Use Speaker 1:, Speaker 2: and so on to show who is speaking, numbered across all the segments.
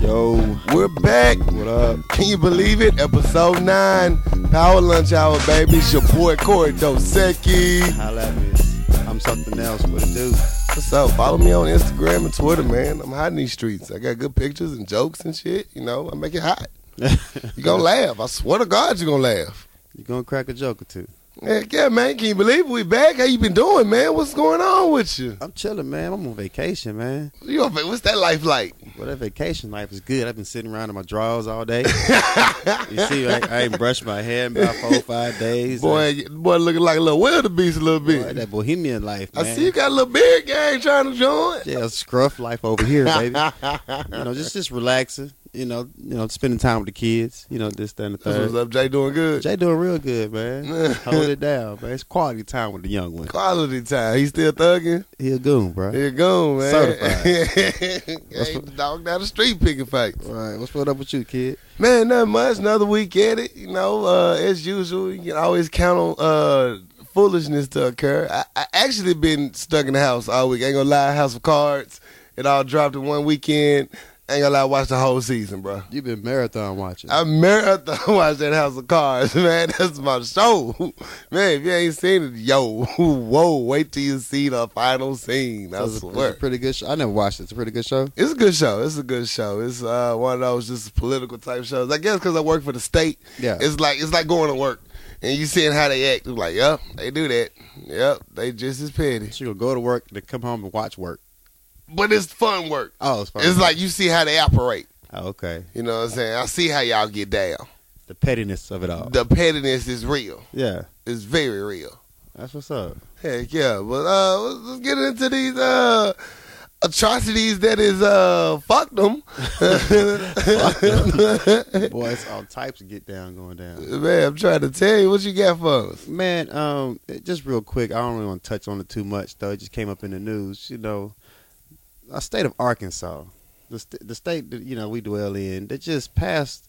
Speaker 1: Yo,
Speaker 2: We're back.
Speaker 1: what up?
Speaker 2: Can you believe it? Episode 9, Power Lunch Hour, baby. It's your boy, Corey Dosecki.
Speaker 1: Holla at me. I'm something else. What it do?
Speaker 2: What's up? Follow me on Instagram and Twitter, man. I'm hot in these streets. I got good pictures and jokes and shit. You know, I make it hot. You're going to laugh. I swear to God, you're going to laugh.
Speaker 1: You gonna crack a joke or two?
Speaker 2: Heck yeah, man. Can you believe it? we back? How you been doing, man? What's going on with you?
Speaker 1: I'm chilling, man. I'm on vacation, man.
Speaker 2: You on, what's that life like?
Speaker 1: Well, that vacation life is good. I've been sitting around in my drawers all day. you see, I, I ain't brushed my hair in about four five days.
Speaker 2: Boy, you- boy looking like a little wildebeest a little
Speaker 1: Boy,
Speaker 2: bit.
Speaker 1: that bohemian life,
Speaker 2: I
Speaker 1: man.
Speaker 2: see you got a little beard gang trying to join.
Speaker 1: Yeah, scruff life over here, baby. you know, just just relaxing. You know, you know, spending time with the kids. You know, this, that, and the
Speaker 2: That's what's
Speaker 1: third.
Speaker 2: up, Jay. Doing good.
Speaker 1: Jay doing real good, man. Hold it down, man. It's quality time with the young one.
Speaker 2: Quality time. He still thugging.
Speaker 1: He a goon, bro.
Speaker 2: Here go, man.
Speaker 1: That's
Speaker 2: Certified.
Speaker 1: what-
Speaker 2: dog down the street picking fights.
Speaker 1: All right, what's what up with you, kid?
Speaker 2: Man, nothing much. Another week at it. You know, uh, as usual, you can always count on uh, foolishness to occur. I, I actually been stuck in the house all week. ain't gonna lie, House of Cards. It all dropped in one weekend. Ain't gonna lie, watch the whole season, bro.
Speaker 1: You've been marathon watching.
Speaker 2: I marathon watched that House of Cards, man. That's my show, man. If you ain't seen it, yo, whoa, wait till you see the final scene. I
Speaker 1: So it's, a- it's
Speaker 2: swear,
Speaker 1: a pretty good. Show. I never watched it. It's a pretty good show.
Speaker 2: It's a good show. It's a good show. It's uh, one of those just political type shows. I guess because I work for the state.
Speaker 1: Yeah.
Speaker 2: It's like it's like going to work and you seeing how they act. You're like, yep, they do that. Yep, they just as petty.
Speaker 1: She gonna go to work and come home and watch work.
Speaker 2: But it's fun work.
Speaker 1: Oh, it's, fine.
Speaker 2: It's like you see how they operate.
Speaker 1: oh, okay.
Speaker 2: You know what I'm saying? I see how y'all get down.
Speaker 1: The pettiness of it all.
Speaker 2: The pettiness is real.
Speaker 1: yeah,
Speaker 2: It's very real.
Speaker 1: that's what's up.
Speaker 2: Heck yeah. But uh, let's, let's get into these uh atrocities that is uh fuck them.
Speaker 1: Boy, it's all types of get down going down.
Speaker 2: Man, I'm trying to tell you what you got for us.
Speaker 1: Man, um, it- just real quick, I don't really want to touch on it too much though. It just came up in the news. You know, a state of Arkansas, the st- the state that you know we dwell in, they just passed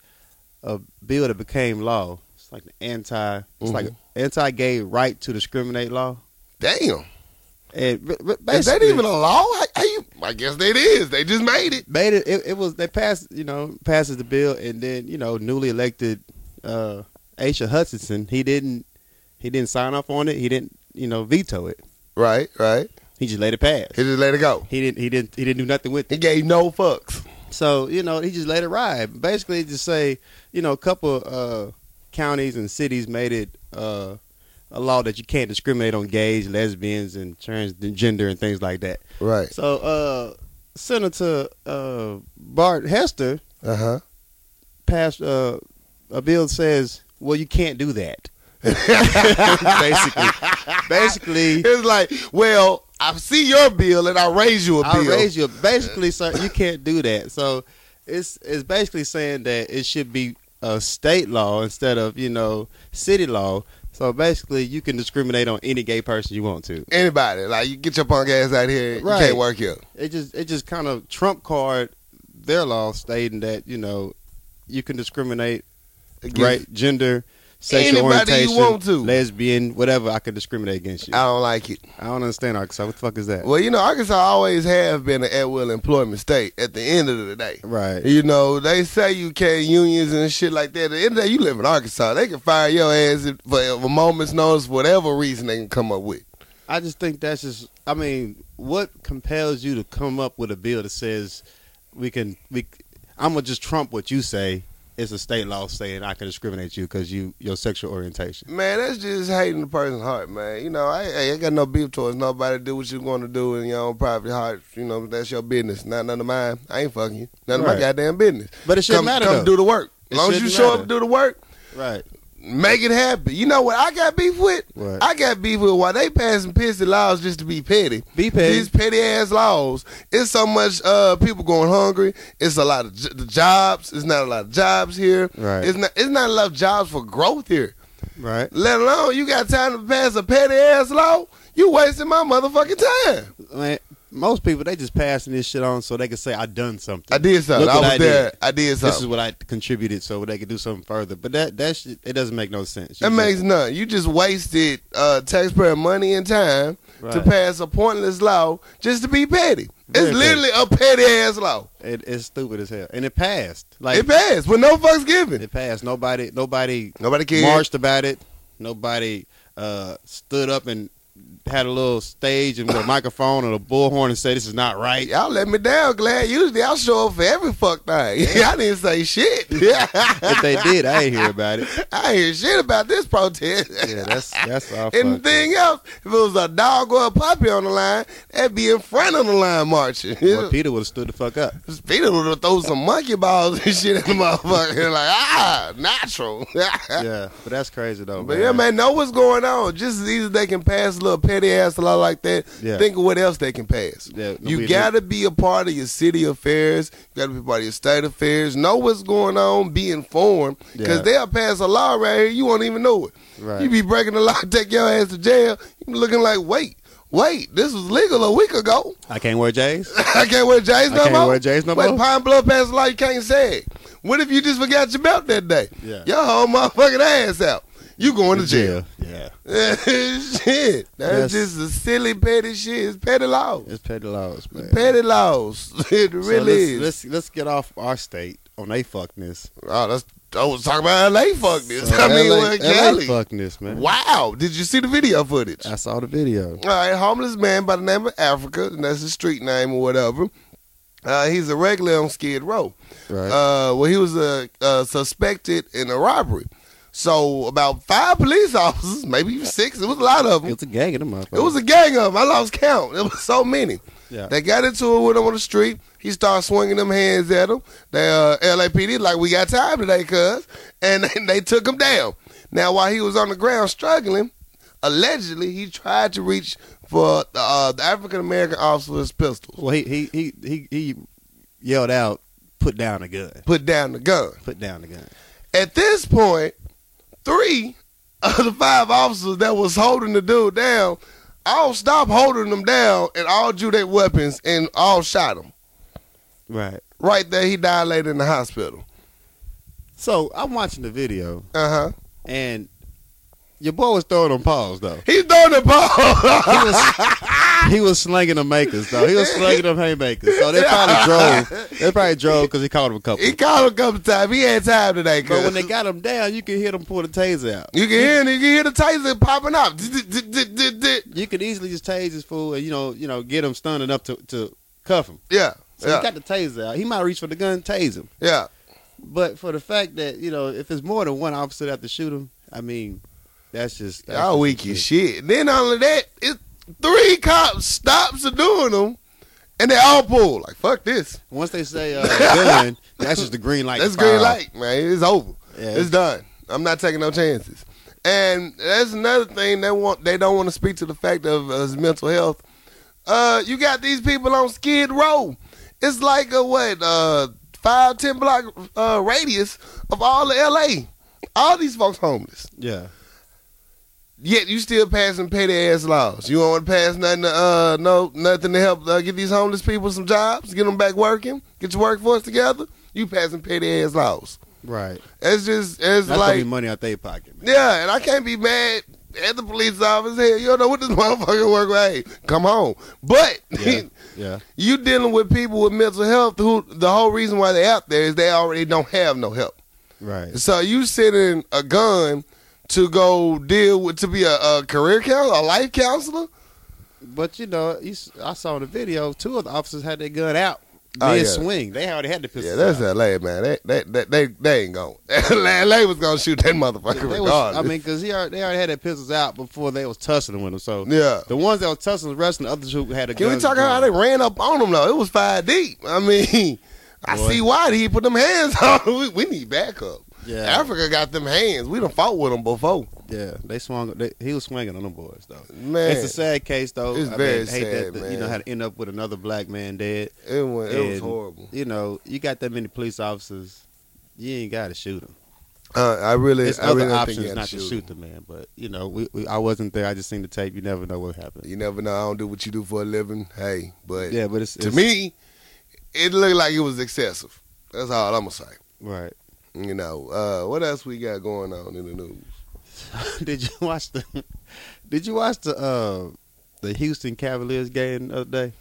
Speaker 1: a bill that became law. It's like the anti, it's like
Speaker 2: Mhm.
Speaker 1: anti-gay right to discriminate law.
Speaker 2: Damn.
Speaker 1: And r- r-
Speaker 2: Is that
Speaker 1: basically-
Speaker 2: even a law? How, how you, I guess it is. They just made it.
Speaker 1: made it, it. It was they passed, you know, passes the bill, and then you know, newly elected uh Aisha Hutchinson, he didn't, he didn't sign off on it. He didn't, you know, veto it.
Speaker 2: Right, right.
Speaker 1: He just let it pass.
Speaker 2: He just let it go.
Speaker 1: He didn't. He didn't. He didn't do nothing with
Speaker 2: He
Speaker 1: it.
Speaker 2: gave no fucks.
Speaker 1: So you know, he just let it ride. Basically, just say you know, a couple uh, counties and cities made it uh, a law that you can't discriminate on gays, lesbians, and transgender and things like that.
Speaker 2: Right.
Speaker 1: So uh, Senator uh, Bart Hester
Speaker 2: Uh huh.
Speaker 1: passed uh, a bill that says, "Well, you can't do that." basically, basically,
Speaker 2: It's like, well, I see your bill and I raise you a
Speaker 1: I'll
Speaker 2: bill.
Speaker 1: raise you. Basically, sir, you can't do that. So it's it's basically saying that it should be a state law instead of you know city law. So basically, you can discriminate on any gay person you want to.
Speaker 2: Anybody. Like, you get your punk ass out here.
Speaker 1: Right.
Speaker 2: You can't work here.
Speaker 1: It just it just kind of trump card their law stating that you know you can discriminate
Speaker 2: Against-
Speaker 1: right gender. Sexual
Speaker 2: Anybody you
Speaker 1: orientation,
Speaker 2: want to.
Speaker 1: lesbian, whatever, I can discriminate against you.
Speaker 2: I don't like it.
Speaker 1: I don't understand Arkansas. What the fuck is that?
Speaker 2: Well, you know, Arkansas always have been an at will employment state at the end of the day.
Speaker 1: Right.
Speaker 2: You know, they say you can't unions and shit like that. At the end of the day, you live in Arkansas. They can fire your ass if- for a moment's notice, whatever reason they can come up with.
Speaker 1: I just think that's just. I mean, what compels you to come up with a bill that says we can we? I'm gonna just trump what you say. It's a state law saying I can discriminate you because you your sexual orientation.
Speaker 2: Man, that's just hating the person's heart, man. You know, I, I ain't got no beef towards nobody. Do what you're going to do in your own private heart. You know, that's your business, not none of mine. I ain't fucking you. None of
Speaker 1: Right.
Speaker 2: my goddamn business.
Speaker 1: But it
Speaker 2: come,
Speaker 1: shouldn't matter
Speaker 2: Come
Speaker 1: though.
Speaker 2: do the work.
Speaker 1: It
Speaker 2: As long as you
Speaker 1: shouldn't
Speaker 2: show up
Speaker 1: matter.
Speaker 2: and do the work,
Speaker 1: Right.
Speaker 2: make it happen. You know what I got beef with?
Speaker 1: What?
Speaker 2: I got beef with why they passing pissy laws just to be petty.
Speaker 1: Be petty.
Speaker 2: These petty ass laws. It's so much uh, people going hungry. It's a lot of j- the jobs. It's not a lot of jobs here.
Speaker 1: Right.
Speaker 2: It's not. It's not enough jobs for growth here.
Speaker 1: Right.
Speaker 2: Let alone you got time to pass a petty ass law. You wasting my motherfucking time.
Speaker 1: Man, most people they just passing this shit on so they can say I done something.
Speaker 2: I did something.
Speaker 1: Look
Speaker 2: I
Speaker 1: what
Speaker 2: was
Speaker 1: I did.
Speaker 2: there. I did
Speaker 1: This is
Speaker 2: something.
Speaker 1: what I contributed so they could do something further. But that that shit, it doesn't make no sense.
Speaker 2: That
Speaker 1: You
Speaker 2: makes none. You just wasted uh, taxpayer money and time to
Speaker 1: Right.
Speaker 2: pass a pointless law just to be petty.
Speaker 1: Very
Speaker 2: it's
Speaker 1: petty.
Speaker 2: literally a petty ass law.
Speaker 1: just- it, it's stupid as hell, and it passed. Like
Speaker 2: it passed with no fucks given.
Speaker 1: it passed. Nobody nobody
Speaker 2: Nobody cares.
Speaker 1: marched about it. Nobody uh, stood up and had a little stage and with a microphone and a bullhorn and said this is not right.
Speaker 2: Y'all let me down, Glad. Usually I show up for every fuck thing. Y'all didn't say shit.
Speaker 1: If they did, I ain't hear about it.
Speaker 2: I ain't hear shit about this protest.
Speaker 1: Yeah, that's that's all. fucked up.
Speaker 2: Anything else, if it was a dog or a puppy on the line, that'd be in front of the line marching.
Speaker 1: Boy, Peter would have stood the fuck up.
Speaker 2: Speedy would have thrown some monkey balls and shit at the motherfucker. like, ah, natural.
Speaker 1: Yeah, but that's crazy though.
Speaker 2: But yeah, man, know what's going on. Just as easy as they can pass a little petty ass law like that,
Speaker 1: Yeah.
Speaker 2: think of what else they can pass.
Speaker 1: Yeah,
Speaker 2: you
Speaker 1: we-
Speaker 2: got to be a part of your city affairs. You got to be a part of your state affairs. Know what's going on. Be informed. Because
Speaker 1: Yeah.
Speaker 2: they'll pass a law right here. You won't even know it.
Speaker 1: Right.
Speaker 2: You be breaking the law, take your ass to jail. You be looking like, wait, wait, this was legal a week ago.
Speaker 1: I can't wear J's.
Speaker 2: I can't wear J's
Speaker 1: I
Speaker 2: no
Speaker 1: can't
Speaker 2: more.
Speaker 1: wear J's no
Speaker 2: Wait,
Speaker 1: more?
Speaker 2: Pine Bluff passed a law you can't say it. What if you just forgot your belt that day?
Speaker 1: Yeah.
Speaker 2: Your whole motherfucking ass out. You going to jail.
Speaker 1: Yeah,
Speaker 2: shit. That's
Speaker 1: Yes.
Speaker 2: just a silly petty shit. It's petty laws.
Speaker 1: it's petty laws, man.
Speaker 2: Petty laws. It
Speaker 1: So
Speaker 2: really
Speaker 1: let's,
Speaker 2: is.
Speaker 1: Let's let's get off our state on they fuckness.
Speaker 2: oh, that's I was talking about LA fuck this. I mean
Speaker 1: LA,
Speaker 2: well,
Speaker 1: LA
Speaker 2: Cali.
Speaker 1: fuckness, man.
Speaker 2: Wow. Did you see the video footage?
Speaker 1: I saw the video.
Speaker 2: All right, homeless man by the name of Africa, and that's his street name or whatever. Uh, he's a regular on Skid Row.
Speaker 1: Right.
Speaker 2: Uh, well, he was uh, uh, suspected in a robbery. So about five police officers, maybe even six. It was a lot of them.
Speaker 1: it's a gang of them motherfuckers.
Speaker 2: It was a gang of them. I lost count. It was so many.
Speaker 1: yeah.
Speaker 2: They got into it with him on the street. He started swinging them hands at him. They uh, LAPD like we got time today, cuz, and they, they took him down. Now while he was on the ground struggling, allegedly he tried to reach for uh, the African American officer's pistol.
Speaker 1: well, he he he he, he yelled out, "Put down the gun!
Speaker 2: Put down the gun.
Speaker 1: Put down the gun!"
Speaker 2: At this point, three of the five officers that was holding the dude down all stopped holding them down and all drew their weapons and all shot him.
Speaker 1: Right.
Speaker 2: Right there, he died later in the hospital.
Speaker 1: So I'm watching the video,
Speaker 2: Uh huh.
Speaker 1: and your boy was throwing on pause though.
Speaker 2: He's throwing the ball.
Speaker 1: He was he was slinging the makers though. He was slinging them haymakers. So they probably drove. They probably drove because he called him a couple.
Speaker 2: he called a couple times. He had time today,
Speaker 1: But when
Speaker 2: cuz.
Speaker 1: they got him down, you could hear them pull the taser out.
Speaker 2: You can hear, you can hear the taser popping up. D-d-d-d-d-d-d.
Speaker 1: You could easily just tase this fool and you know you know get him stunned enough to to cuff him.
Speaker 2: Yeah,
Speaker 1: So he
Speaker 2: yeah,
Speaker 1: got the taser out. He might reach for the gun, tase him.
Speaker 2: yeah.
Speaker 1: But for the fact that you know if it's more than one officer that have to shoot him, I mean that's just that's
Speaker 2: Y'all
Speaker 1: just
Speaker 2: weak as
Speaker 1: ridiculous.
Speaker 2: shit. Then all of that, it's three cops stops doing them, and they all pull like fuck this.
Speaker 1: Once they say uh, gun, that's just the green light. to
Speaker 2: That's green
Speaker 1: fire.
Speaker 2: light, man. It's over.
Speaker 1: Yeah.
Speaker 2: It's done. I'm not taking no chances. And that's another thing they want. They don't want to speak to the fact of uh, his mental health. Uh, you got these people on Skid Row. It's like a what uh, five ten block uh, radius of all of L.A. All these folks homeless.
Speaker 1: Yeah.
Speaker 2: Yet you still passing petty ass laws. You don't want to pass nothing. To, uh, no nothing to help uh, get these homeless people some jobs, get them back working, get your workforce together. You passing petty ass laws.
Speaker 1: Right.
Speaker 2: It's just it's
Speaker 1: That's gonna
Speaker 2: like
Speaker 1: be money out their pocket, man.
Speaker 2: yeah, and I can't be mad at the police officer. Hell, you don't know what this motherfucker work with. Hey, come home. But
Speaker 1: Yeah. Yeah.
Speaker 2: you dealing with people with mental health who the whole reason why they out there is they already don't have no help.
Speaker 1: Right.
Speaker 2: So you sending a gun to go deal with to be a, a career counselor, a life counselor.
Speaker 1: But you know, you, s- I saw in the video two of the officers had their gun out
Speaker 2: Oh,
Speaker 1: mid
Speaker 2: yeah.
Speaker 1: swing. They already had the pistol.
Speaker 2: Yeah, that's
Speaker 1: out.
Speaker 2: LA man. They they they they, they ain't going. LA was gonna shoot that motherfucker
Speaker 1: They
Speaker 2: regardless.
Speaker 1: was, I mean, because he already, they already had their pistols out before they was tussling with him. So
Speaker 2: yeah.
Speaker 1: the ones that was tussling was wrestling, the others who had a
Speaker 2: Can
Speaker 1: gun.
Speaker 2: we talk about how they ran up on him though? It was five deep. I mean, I
Speaker 1: Boy.
Speaker 2: see why he put them hands on. We, we need backup.
Speaker 1: Yeah,
Speaker 2: Africa got them hands. We done fought with them before.
Speaker 1: yeah, they swung. They, he was swinging on them boys though.
Speaker 2: Man,
Speaker 1: It's a sad case though.
Speaker 2: It's
Speaker 1: I
Speaker 2: very
Speaker 1: mean, hate
Speaker 2: sad,
Speaker 1: that, that you know
Speaker 2: man.
Speaker 1: how to end up with another black man dead.
Speaker 2: it, went, it was
Speaker 1: And-
Speaker 2: horrible.
Speaker 1: You know, you got that many police officers, you ain't got to shoot them.
Speaker 2: Uh, I really,
Speaker 1: There's
Speaker 2: I
Speaker 1: other
Speaker 2: really don't think
Speaker 1: options
Speaker 2: you
Speaker 1: not
Speaker 2: have
Speaker 1: to shoot the man, but you know, we, we I wasn't there. I just seen the tape. You never know what happened.
Speaker 2: You never know. I don't do what you do for a living. Hey, but
Speaker 1: Yeah, but it's
Speaker 2: to
Speaker 1: it's-
Speaker 2: me, it looked like it was excessive. That's all I'm gonna say.
Speaker 1: right.
Speaker 2: You know, uh, what else we got going on in the news?
Speaker 1: did you watch the Did you watch the uh the Houston Cavaliers game the other day?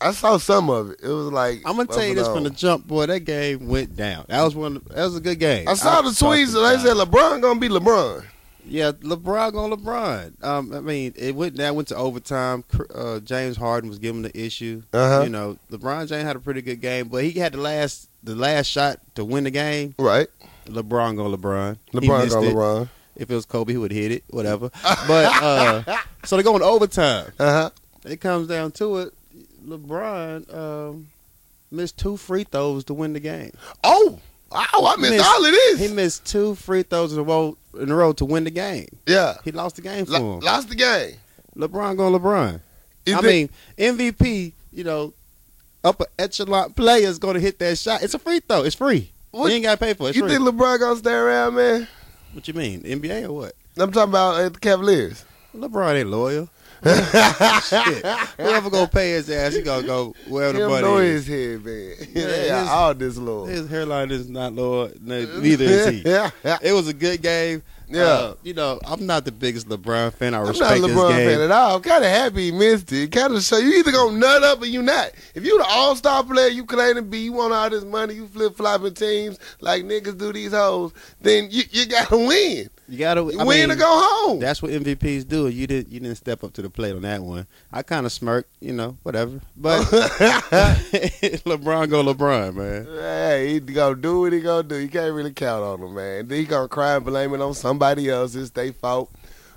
Speaker 2: I saw some of it. It was like
Speaker 1: I'm gonna tell you this
Speaker 2: up
Speaker 1: from
Speaker 2: and
Speaker 1: the
Speaker 2: down.
Speaker 1: jump, boy. That game went down. That was one. That was a good game.
Speaker 2: I saw the tweets. They said LeBron gonna be LeBron.
Speaker 1: Yeah, LeBron on LeBron. Um, I mean, it went down, went to overtime. Cr- Uh, James Harden was given the issue.
Speaker 2: Uh-huh.
Speaker 1: You know, LeBron James had a pretty good game, but he had the last the last shot to win the game.
Speaker 2: Right.
Speaker 1: LeBron go LeBron. He
Speaker 2: LeBron
Speaker 1: missed
Speaker 2: gonna
Speaker 1: it.
Speaker 2: LeBron.
Speaker 1: If it was Kobe, he would hit it. Whatever. But uh, so they go in overtime.
Speaker 2: Uh huh.
Speaker 1: It comes down to it. LeBron um, missed two free throws to win the game.
Speaker 2: Oh, oh, I missed,
Speaker 1: Missed-
Speaker 2: all of this.
Speaker 1: He missed two free throws in a row in a row to win the game.
Speaker 2: yeah,
Speaker 1: He lost the game for
Speaker 2: Lo-
Speaker 1: him.
Speaker 2: lost the game.
Speaker 1: LeBron going LeBron.
Speaker 2: You
Speaker 1: I
Speaker 2: think-
Speaker 1: mean, MVP, you know, upper echelon players going to hit that shot. It's a free throw. It's free.
Speaker 2: What-
Speaker 1: you ain't got to pay for it. It's
Speaker 2: you
Speaker 1: free.
Speaker 2: think LeBron gonna stay around, man?
Speaker 1: what you mean, NBA or what?
Speaker 2: I'm talking about uh, the Cavaliers.
Speaker 1: LeBron ain't loyal. Shit. Whoever going to pay his ass, he going to go wherever the
Speaker 2: Him
Speaker 1: money
Speaker 2: know
Speaker 1: is.
Speaker 2: his head, man.
Speaker 1: Yeah,
Speaker 2: they are
Speaker 1: his-
Speaker 2: all this little.
Speaker 1: His hairline is not loyal. ne- Neither is he.
Speaker 2: yeah, yeah.
Speaker 1: It was a good game.
Speaker 2: Yeah.
Speaker 1: Uh, you know, I'm not the biggest LeBron fan. I
Speaker 2: I'm not
Speaker 1: respect
Speaker 2: a
Speaker 1: his
Speaker 2: LeBron
Speaker 1: game.
Speaker 2: fan at all. I'm kind of happy he missed it. Kind of show you either gonna nut up or you not. If you the All Star player, you claim to be, you want all this money, you flip flopping teams like niggas do these hoes. Then you, you gotta win,
Speaker 1: You gotta I
Speaker 2: win
Speaker 1: mean,
Speaker 2: to go home.
Speaker 1: That's what MVPs do. You didn't you didn't step up to the plate on that one. I kind of smirked, you know, whatever. But LeBron go LeBron, man.
Speaker 2: Hey, he gonna do what he gonna do. You can't really count on him, man. Then he gonna cry and blame it on somebody else. It's their fault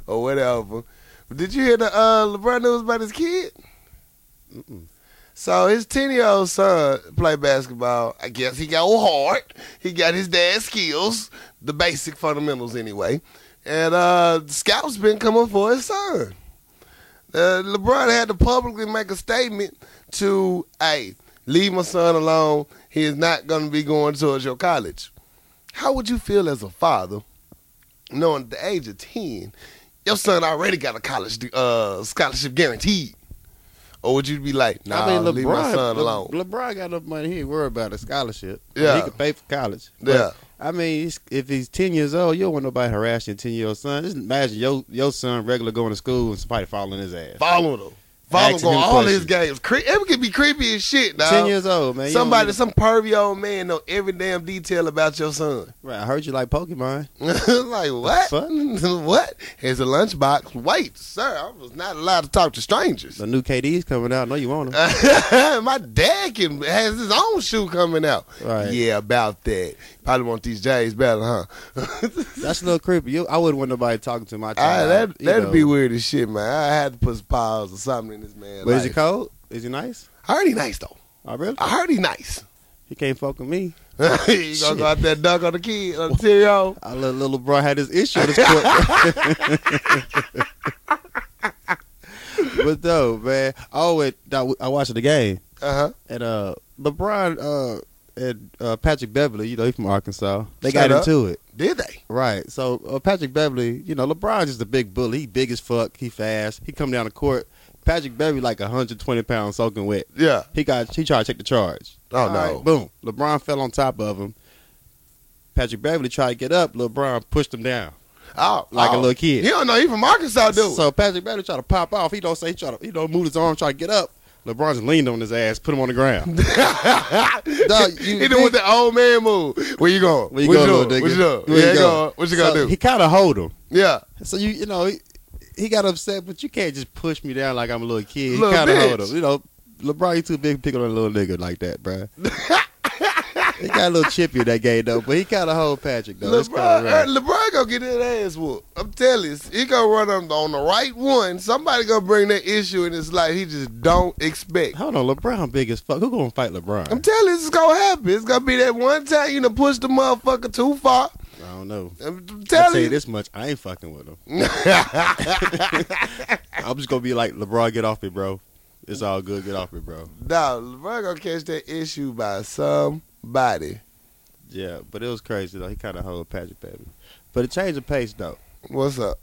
Speaker 2: or whatever. But did you hear the uh, LeBron news about his kid?
Speaker 1: Mm-mm.
Speaker 2: So his ten year old son play basketball. I guess he go hard. He got his dad's skills, the basic fundamentals anyway. And uh, scouts been coming for his son. Uh, LeBron had to publicly make a statement to, "Hey, leave my son alone. He is not going to be going towards your college." How would you feel as a father, knowing at the age of ten, your son already got a college uh, scholarship guaranteed? Or would you be like, "Nah,
Speaker 1: I mean, LeBron,
Speaker 2: leave my son
Speaker 1: Le-
Speaker 2: alone"?
Speaker 1: LeBron got enough money. He ain't worried about a scholarship. I mean,
Speaker 2: Yeah.
Speaker 1: he could pay for college. But,
Speaker 2: Yeah.
Speaker 1: I mean, he's- if he's ten years old, you don't want nobody harassing your ten year old son. Just imagine your your son regular going to school and somebody following his ass.
Speaker 2: Follow him. Follow him
Speaker 1: Asking
Speaker 2: on
Speaker 1: him
Speaker 2: all his games.
Speaker 1: questions.
Speaker 2: Cre- it could be creepy as shit, dog.
Speaker 1: ten years old, man. You don't
Speaker 2: Somebody,
Speaker 1: need-
Speaker 2: some pervy old man know every damn detail about your son.
Speaker 1: Right, I heard you like Pokemon.
Speaker 2: like what?
Speaker 1: fuck?
Speaker 2: what? Here's a lunchbox. Wait, sir, I was not allowed to talk to strangers.
Speaker 1: The new KD's coming out. I know you want them.
Speaker 2: My dad can has his own shoe coming out.
Speaker 1: Right.
Speaker 2: Yeah, about that. Probably want these J's better, huh?
Speaker 1: That's a little creepy. You, I wouldn't want nobody talking to my
Speaker 2: I,
Speaker 1: child.
Speaker 2: that
Speaker 1: you
Speaker 2: that'd
Speaker 1: know.
Speaker 2: be weird as shit, man. I had to put some paws or something in this man.
Speaker 1: But is he
Speaker 2: life.
Speaker 1: cold? Is he nice?
Speaker 2: I heard he nice though.
Speaker 1: Oh, really?
Speaker 2: I heard he nice.
Speaker 1: He can't fuck with me.
Speaker 2: you gonna go out there and dunk on the kid on the cereal.
Speaker 1: I let little bro had his issue this court. but though, man, oh, it, I, I watched the game
Speaker 2: Uh huh.
Speaker 1: and uh, LeBron uh, and uh, Patrick Beverly, you know, he from Arkansas. They
Speaker 2: Straight
Speaker 1: got
Speaker 2: up.
Speaker 1: into it.
Speaker 2: Did they?
Speaker 1: Right. So uh, Patrick Beverly, you know, LeBron's just a big bully. He big as fuck. He fast. He come down the court. Patrick Beverly like 120 pounds soaking wet.
Speaker 2: Yeah.
Speaker 1: He got he tried to take the charge.
Speaker 2: Oh,
Speaker 1: All
Speaker 2: no.
Speaker 1: right, boom. LeBron fell on top of him. Patrick Beverly tried to get up. LeBron pushed him down.
Speaker 2: Oh,
Speaker 1: Like a
Speaker 2: oh.
Speaker 1: little kid.
Speaker 2: You don't know he from Arkansas, dude.
Speaker 1: So Patrick Beverly tried to pop off. He don't say he try to he don't move his arm, try to get up. LeBron just leaned on his ass, put him on the ground. Dog, you
Speaker 2: he done with
Speaker 1: big-
Speaker 2: the old man move. Where you going?
Speaker 1: Where you
Speaker 2: what
Speaker 1: going,
Speaker 2: doing? What
Speaker 1: little
Speaker 2: you
Speaker 1: nigga?
Speaker 2: doing?
Speaker 1: Where you
Speaker 2: yeah, you
Speaker 1: going?
Speaker 2: going? What you gonna
Speaker 1: So
Speaker 2: do?
Speaker 1: He kind of hold him.
Speaker 2: yeah.
Speaker 1: So you you know he, he got upset, but you can't just push me down like I'm a little kid.
Speaker 2: Little
Speaker 1: he kind of hold
Speaker 2: bitch.
Speaker 1: him. You know, LeBron, you too big to pick on a little nigga like that, bruh. he got a little chippy in that game though, but he kind of hold Patrick though. It's
Speaker 2: LeBron,
Speaker 1: kinda
Speaker 2: uh,
Speaker 1: rough.
Speaker 2: LeBron gonna get his ass whooped. I'm telling you, he gonna run on, on the right one. Somebody gonna bring that issue in his life. He just don't expect.
Speaker 1: Hold on, LeBron big as fuck. Who gonna fight LeBron?
Speaker 2: I'm telling you, it's gonna happen. It's gonna be that one time you done push the motherfucker too far.
Speaker 1: I don't know.
Speaker 2: I'm
Speaker 1: I'll
Speaker 2: telling
Speaker 1: tell
Speaker 2: you,
Speaker 1: you this much, I ain't fucking with him. I'm just gonna be like LeBron, get off me, bro. It's all good, get off me, bro.
Speaker 2: No, LeBron gonna catch that issue by somebody.
Speaker 1: Yeah, but it was crazy though. He kind of hold Patrick Baby, but it changed the pace though.
Speaker 2: What's up?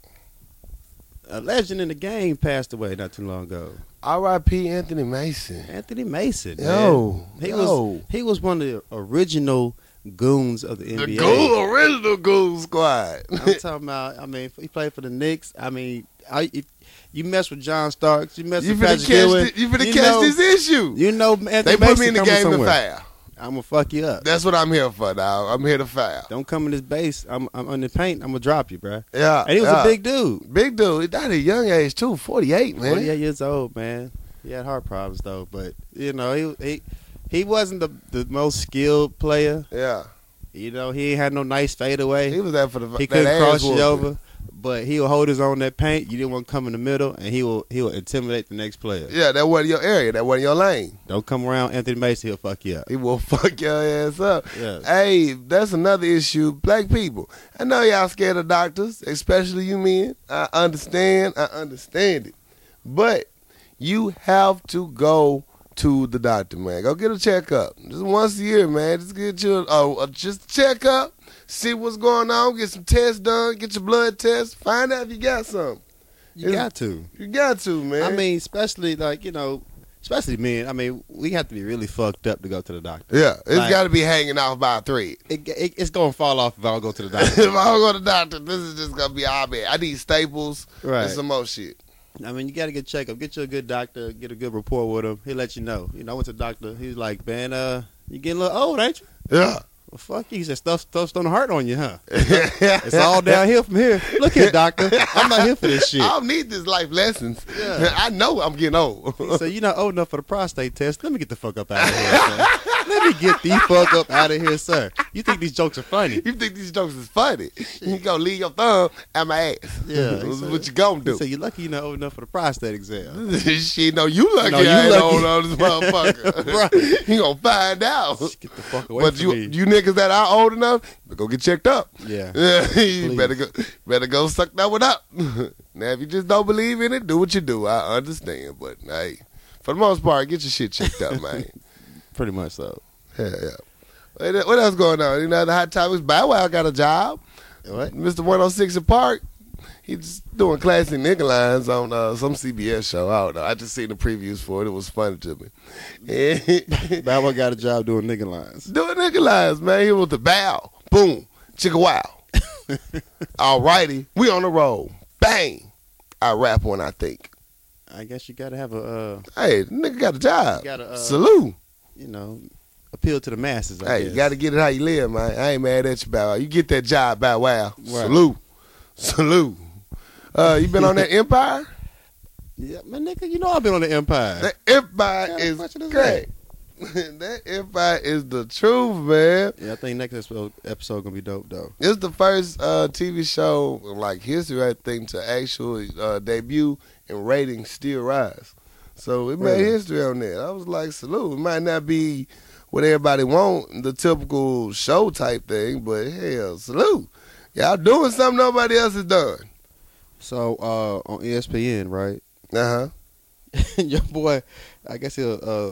Speaker 1: A legend in the game passed away not too long ago.
Speaker 2: R.I.P. Anthony Mason.
Speaker 1: Anthony Mason. man.
Speaker 2: Yo,
Speaker 1: he was
Speaker 2: yo.
Speaker 1: he was one of the original goons of the
Speaker 2: the
Speaker 1: NBA.
Speaker 2: Goon original Goon Squad.
Speaker 1: I'm talking about. I mean, he played for the Knicks. I mean, I, if you mess with John Starks, you mess
Speaker 2: you
Speaker 1: with
Speaker 2: finna
Speaker 1: Patrick
Speaker 2: catch,
Speaker 1: Ewing.
Speaker 2: thi- you finna
Speaker 1: you
Speaker 2: catch
Speaker 1: know-
Speaker 2: this issue.
Speaker 1: You know, Anthony
Speaker 2: they put
Speaker 1: Mason
Speaker 2: me in the
Speaker 1: coming
Speaker 2: game
Speaker 1: somewhere.
Speaker 2: to foul.
Speaker 1: I'm gonna fuck you up.
Speaker 2: That's what I'm here for, dog. I'm here to foul.
Speaker 1: Don't come in this base. I'm I'm on the paint. I'm gonna drop you, bruh.
Speaker 2: Yeah,
Speaker 1: And he was
Speaker 2: yeah.
Speaker 1: a big dude.
Speaker 2: big dude. He died at a young age too, 48, man.
Speaker 1: 48 years old, man. He had heart problems though, but you know, he he he wasn't the the most skilled player.
Speaker 2: Yeah,
Speaker 1: You know, he ain't had no nice fadeaway.
Speaker 2: he was there for the.
Speaker 1: He
Speaker 2: that
Speaker 1: couldn't
Speaker 2: ass
Speaker 1: cross you
Speaker 2: whooping.
Speaker 1: over, but he will hold his own that paint. You didn't want to come in the middle, and he will he will intimidate the next player.
Speaker 2: Yeah, that wasn't your area. That wasn't your lane.
Speaker 1: Don't come around Anthony Mason. He'll fuck you up.
Speaker 2: He will fuck your ass up.
Speaker 1: Yeah.
Speaker 2: Hey, that's another issue. Black people. I know y'all scared of doctors, especially you men. I understand. I understand it. But you have to go to the doctor, man. Go get a checkup. Just once a year, man. Just get you a, a just a checkup. See what's going on. Get some tests done. Get your blood test. Find out if you got something.
Speaker 1: You
Speaker 2: It's-
Speaker 1: got to.
Speaker 2: You got to, man.
Speaker 1: I mean, especially like you know, especially men. I mean, we have to be really fucked up to go to the doctor.
Speaker 2: yeah, it's
Speaker 1: like-
Speaker 2: got to be hanging off by a thread.
Speaker 1: It, it, it's gonna fall off if I don't go to the
Speaker 2: if I
Speaker 1: doctor.
Speaker 2: don't go to the doctor, this is just gonna be all bad. I need staples
Speaker 1: Right.
Speaker 2: and some more shit.
Speaker 1: I mean, you got to get checked up. Get you a good doctor. Get a good report with him. He'll let you know. You know, I went to the doctor. He's like, man, uh, you getting a little old, ain't you?
Speaker 2: Yeah,
Speaker 1: Well, fuck you. He said, stuff, stuff's on the heart on you, huh?
Speaker 2: it's
Speaker 1: It's all downhill from here. Look here, doctor. I'm not here for this shit.
Speaker 2: I don't need this life lessons.
Speaker 1: Yeah.
Speaker 2: I know I'm getting old.
Speaker 1: He said, you're not old enough for the prostate test. Let me get the fuck up out of here, sir. Let me get the fuck up out of here, sir. You think these jokes are funny?
Speaker 2: you think these jokes is funny? You gonna leave your thumb at my ass?
Speaker 1: Yeah, he
Speaker 2: this is
Speaker 1: said-
Speaker 2: what you gonna
Speaker 1: He
Speaker 2: do?
Speaker 1: said, you're lucky you're not old enough for the prostate exam.
Speaker 2: she know you lucky.
Speaker 1: No, you
Speaker 2: I ain't
Speaker 1: lucky.
Speaker 2: old on this motherfucker.
Speaker 1: Right.
Speaker 2: You gonna find out.
Speaker 1: Just get the fuck away
Speaker 2: But
Speaker 1: from
Speaker 2: you
Speaker 1: me.
Speaker 2: you niggas that are old enough, go get checked up.
Speaker 1: Yeah.
Speaker 2: you better go better go suck that one up. now if you just don't believe in it, do what you do. I understand, but hey, for the most part, get your shit checked up, man.
Speaker 1: Pretty much so.
Speaker 2: Yeah, yeah. What- What else going on? You know the hot topics. Bow Wow got a job.
Speaker 1: What?
Speaker 2: Mr. 106 at Park. He's doing classic nigga lines on uh, some CBS show. I don't know. I just seen the previews for it. It was funny to me. Yeah.
Speaker 1: Bow Wow got a job doing nigga lines.
Speaker 2: Doing nigga lines, man. He was the bow, boom, chicka wow. Alrighty, we on the road. Bang. I rap when I think.
Speaker 1: I guess you gotta have a, uh,
Speaker 2: Hey, nigga got a job.
Speaker 1: You gotta, uh,
Speaker 2: Salute.
Speaker 1: you know, appeal to the masses. I
Speaker 2: Hey,
Speaker 1: guess.
Speaker 2: you gotta get it how you live, man. I ain't mad at you, Bow Wow. You get that job, Bow Wow. Salute. Salute. Uh, you been on that Empire?
Speaker 1: Yeah, man, nigga, you know I've been on the Empire.
Speaker 2: That Empire
Speaker 1: What kind of
Speaker 2: is
Speaker 1: question is
Speaker 2: great. that Empire is the truth, man.
Speaker 1: Yeah, I think next episode, episode gonna be dope though.
Speaker 2: It's the first uh, TV show in, like history, I think, to actually uh, debut and ratings still rise. So it made
Speaker 1: Really?
Speaker 2: history on that. I was like, salute. It might not be what everybody want, the typical show type thing, but hell, salute. Y'all doing something nobody else has done.
Speaker 1: So uh, on ESPN, right?
Speaker 2: Uh huh.
Speaker 1: Your boy, I guess he'll uh,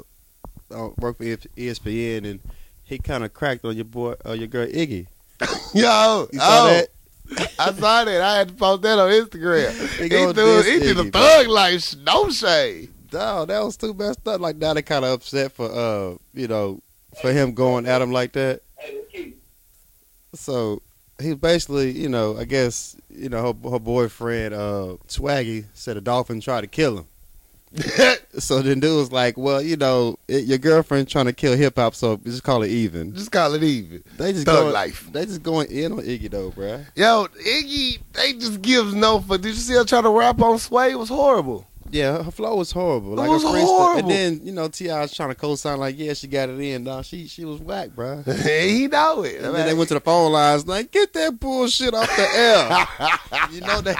Speaker 1: uh, work for ESPN, and he kind of cracked on your boy, uh, your girl Iggy.
Speaker 2: Yo,
Speaker 1: You saw
Speaker 2: oh,
Speaker 1: that?
Speaker 2: I saw that. I had to post that on Instagram.
Speaker 1: He
Speaker 2: He,
Speaker 1: gonna
Speaker 2: threw,
Speaker 1: diss
Speaker 2: he did a
Speaker 1: Iggy, bro.
Speaker 2: thug like sh- no shade.
Speaker 1: Dog, that was too messed up. Like now they kind of upset for uh, you know, for him going at him like that. So he basically, you know, I guess you know her, her boyfriend uh Swaggy said a dolphin tried to kill him. So then dude was like, well, you know, it, your girlfriend trying to kill hip hop, so just call it even.
Speaker 2: Just call it even.
Speaker 1: They just
Speaker 2: Thug
Speaker 1: going,
Speaker 2: life.
Speaker 1: They just going in on Iggy though, bruh.
Speaker 2: Yo, Iggy, they just gives no fuck. Did you see her try to rap on Sway? It was horrible.
Speaker 1: Yeah, her flow was horrible.
Speaker 2: It
Speaker 1: Like
Speaker 2: was
Speaker 1: her freestyle-
Speaker 2: horrible.
Speaker 1: And then you know Ti was trying to co-sign like, yeah, she got it in. Nah, she she was whack, bruh.
Speaker 2: he know it.
Speaker 1: And then they went to the phone lines like, get that bullshit off the air. you know they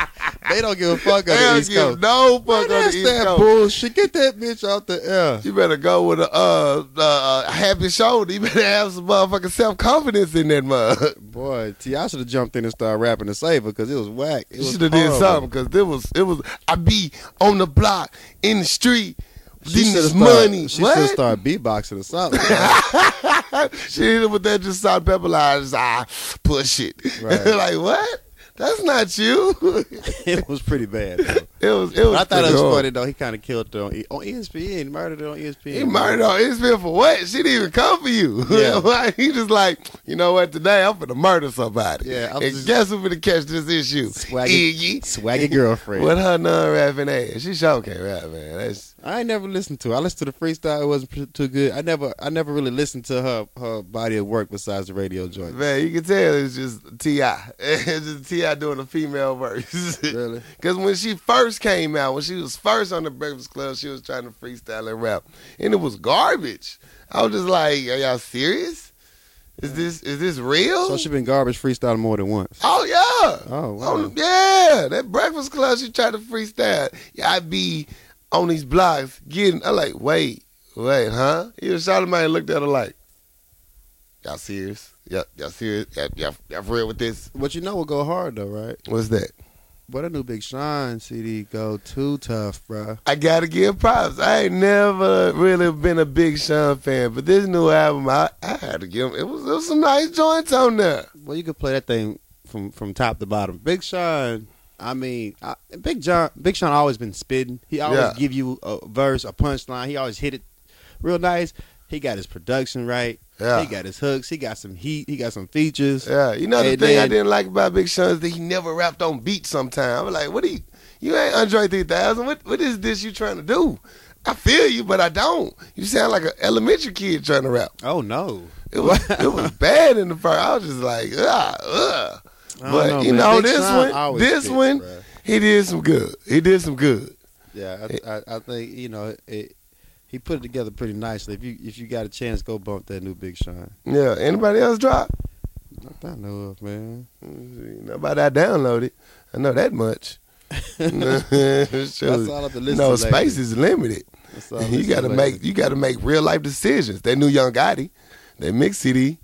Speaker 1: they don't give a fuck on the
Speaker 2: Hell
Speaker 1: East
Speaker 2: give
Speaker 1: Coast.
Speaker 2: no fuck
Speaker 1: Man,
Speaker 2: on the
Speaker 1: that's
Speaker 2: East
Speaker 1: that
Speaker 2: Coast.
Speaker 1: bullshit. Get that bitch out the air.
Speaker 2: you better go with a uh, uh, happy shoulder. You better have some motherfucking self confidence in that mug.
Speaker 1: Boy, T.I. should have jumped in and started rapping to save her because it was whack. It
Speaker 2: You
Speaker 1: was
Speaker 2: should have did
Speaker 1: horrible.
Speaker 2: something because it was it was I be on the block in the street
Speaker 1: She
Speaker 2: This
Speaker 1: shoulda
Speaker 2: is
Speaker 1: started-
Speaker 2: money.
Speaker 1: She
Speaker 2: What?
Speaker 1: should start beatboxing or something. Like,
Speaker 2: she hit him with that just salt pepper line. Just, ah, push it.
Speaker 1: Right.
Speaker 2: like what? That's not you.
Speaker 1: it was pretty bad. Though.
Speaker 2: it was. It was.
Speaker 1: But I thought
Speaker 2: pretty
Speaker 1: it was
Speaker 2: hard.
Speaker 1: funny though. He kind of killed her on, E- on ESPN. He murdered her on E ESPN.
Speaker 2: He murdered her. It's been for what? She didn't even come for you.
Speaker 1: Yeah.
Speaker 2: Like, he just like, you know what? Today I'm gonna murder somebody.
Speaker 1: Yeah, I'm
Speaker 2: and
Speaker 1: just-
Speaker 2: guess who's gonna catch this issue?
Speaker 1: Swaggy-
Speaker 2: Iggy.
Speaker 1: Swaggy girlfriend.
Speaker 2: With her non-rapping ass, she sure can't rap, man. That's
Speaker 1: I ain't never listened to. Her. I listened to the freestyle. It wasn't pr- too good. I never, I never really listened to her her body of work besides the radio joint.
Speaker 2: man. You can tell it's just Ti. It's just Ti doing a female verse.
Speaker 1: Really?
Speaker 2: Because when she first came out, when she was first on the Breakfast Club, she was trying to freestyle and rap, and it was garbage. I was just like, "Are y'all serious? Is this is this real?"
Speaker 1: So she been garbage freestyling more than once.
Speaker 2: Oh yeah.
Speaker 1: Oh, wow.
Speaker 2: On- yeah, that Breakfast Club. She tried to freestyle. Yeah, I be on these blogs getting. I like wait, wait, huh? Even Charlamagne looked at her like, y'all serious? Y'all, y'all serious? Y'all, y'all, y'all for real with this?
Speaker 1: What you know will go hard though, right?
Speaker 2: What's that?
Speaker 1: But a new Big Sean CD go too tough, bruh.
Speaker 2: I gotta give props. I ain't never really been a big Sean fan, but this new album, I, I had to give him. It was, it was some nice joints on there.
Speaker 1: Well, you could play that thing from from top to bottom. Big Sean, I mean, I, Big John, Big Sean always been spitting. He always
Speaker 2: Yeah.
Speaker 1: give you a verse, a punchline. He always hit it real nice. He got his production right.
Speaker 2: Yeah.
Speaker 1: He got his hooks. He got some heat. He got some features.
Speaker 2: Yeah, you know the
Speaker 1: And
Speaker 2: thing I
Speaker 1: then-
Speaker 2: didn't like about Big Sean is that he never rapped on beat. Sometimes I'm like, what are you? You ain't Andre 3000. What what is this you trying to do? I feel you, but I don't. You sound like an elementary kid trying to rap.
Speaker 1: Oh no.
Speaker 2: It was it was bad in the first. I was just like, ah, ugh.
Speaker 1: I don't
Speaker 2: But
Speaker 1: know,
Speaker 2: you
Speaker 1: man.
Speaker 2: know
Speaker 1: Big
Speaker 2: this
Speaker 1: Sean
Speaker 2: one,
Speaker 1: always
Speaker 2: this
Speaker 1: spit,
Speaker 2: one,
Speaker 1: bruh.
Speaker 2: he did some good. He did some good.
Speaker 1: Yeah, I, I, I think you know it. He put it together pretty nicely. If you if you got a chance, go bump that new Big Sean.
Speaker 2: Yeah. Anybody else drop?
Speaker 1: Not that I know of, man.
Speaker 2: Nobody I downloaded. I know that much. That's
Speaker 1: That's all I've been listening.
Speaker 2: No
Speaker 1: to lately.
Speaker 2: space is limited.
Speaker 1: That's all I've
Speaker 2: you
Speaker 1: listened
Speaker 2: gotta
Speaker 1: lately.
Speaker 2: make you gotta make real life decisions. That new Young Gotti, that mix CD,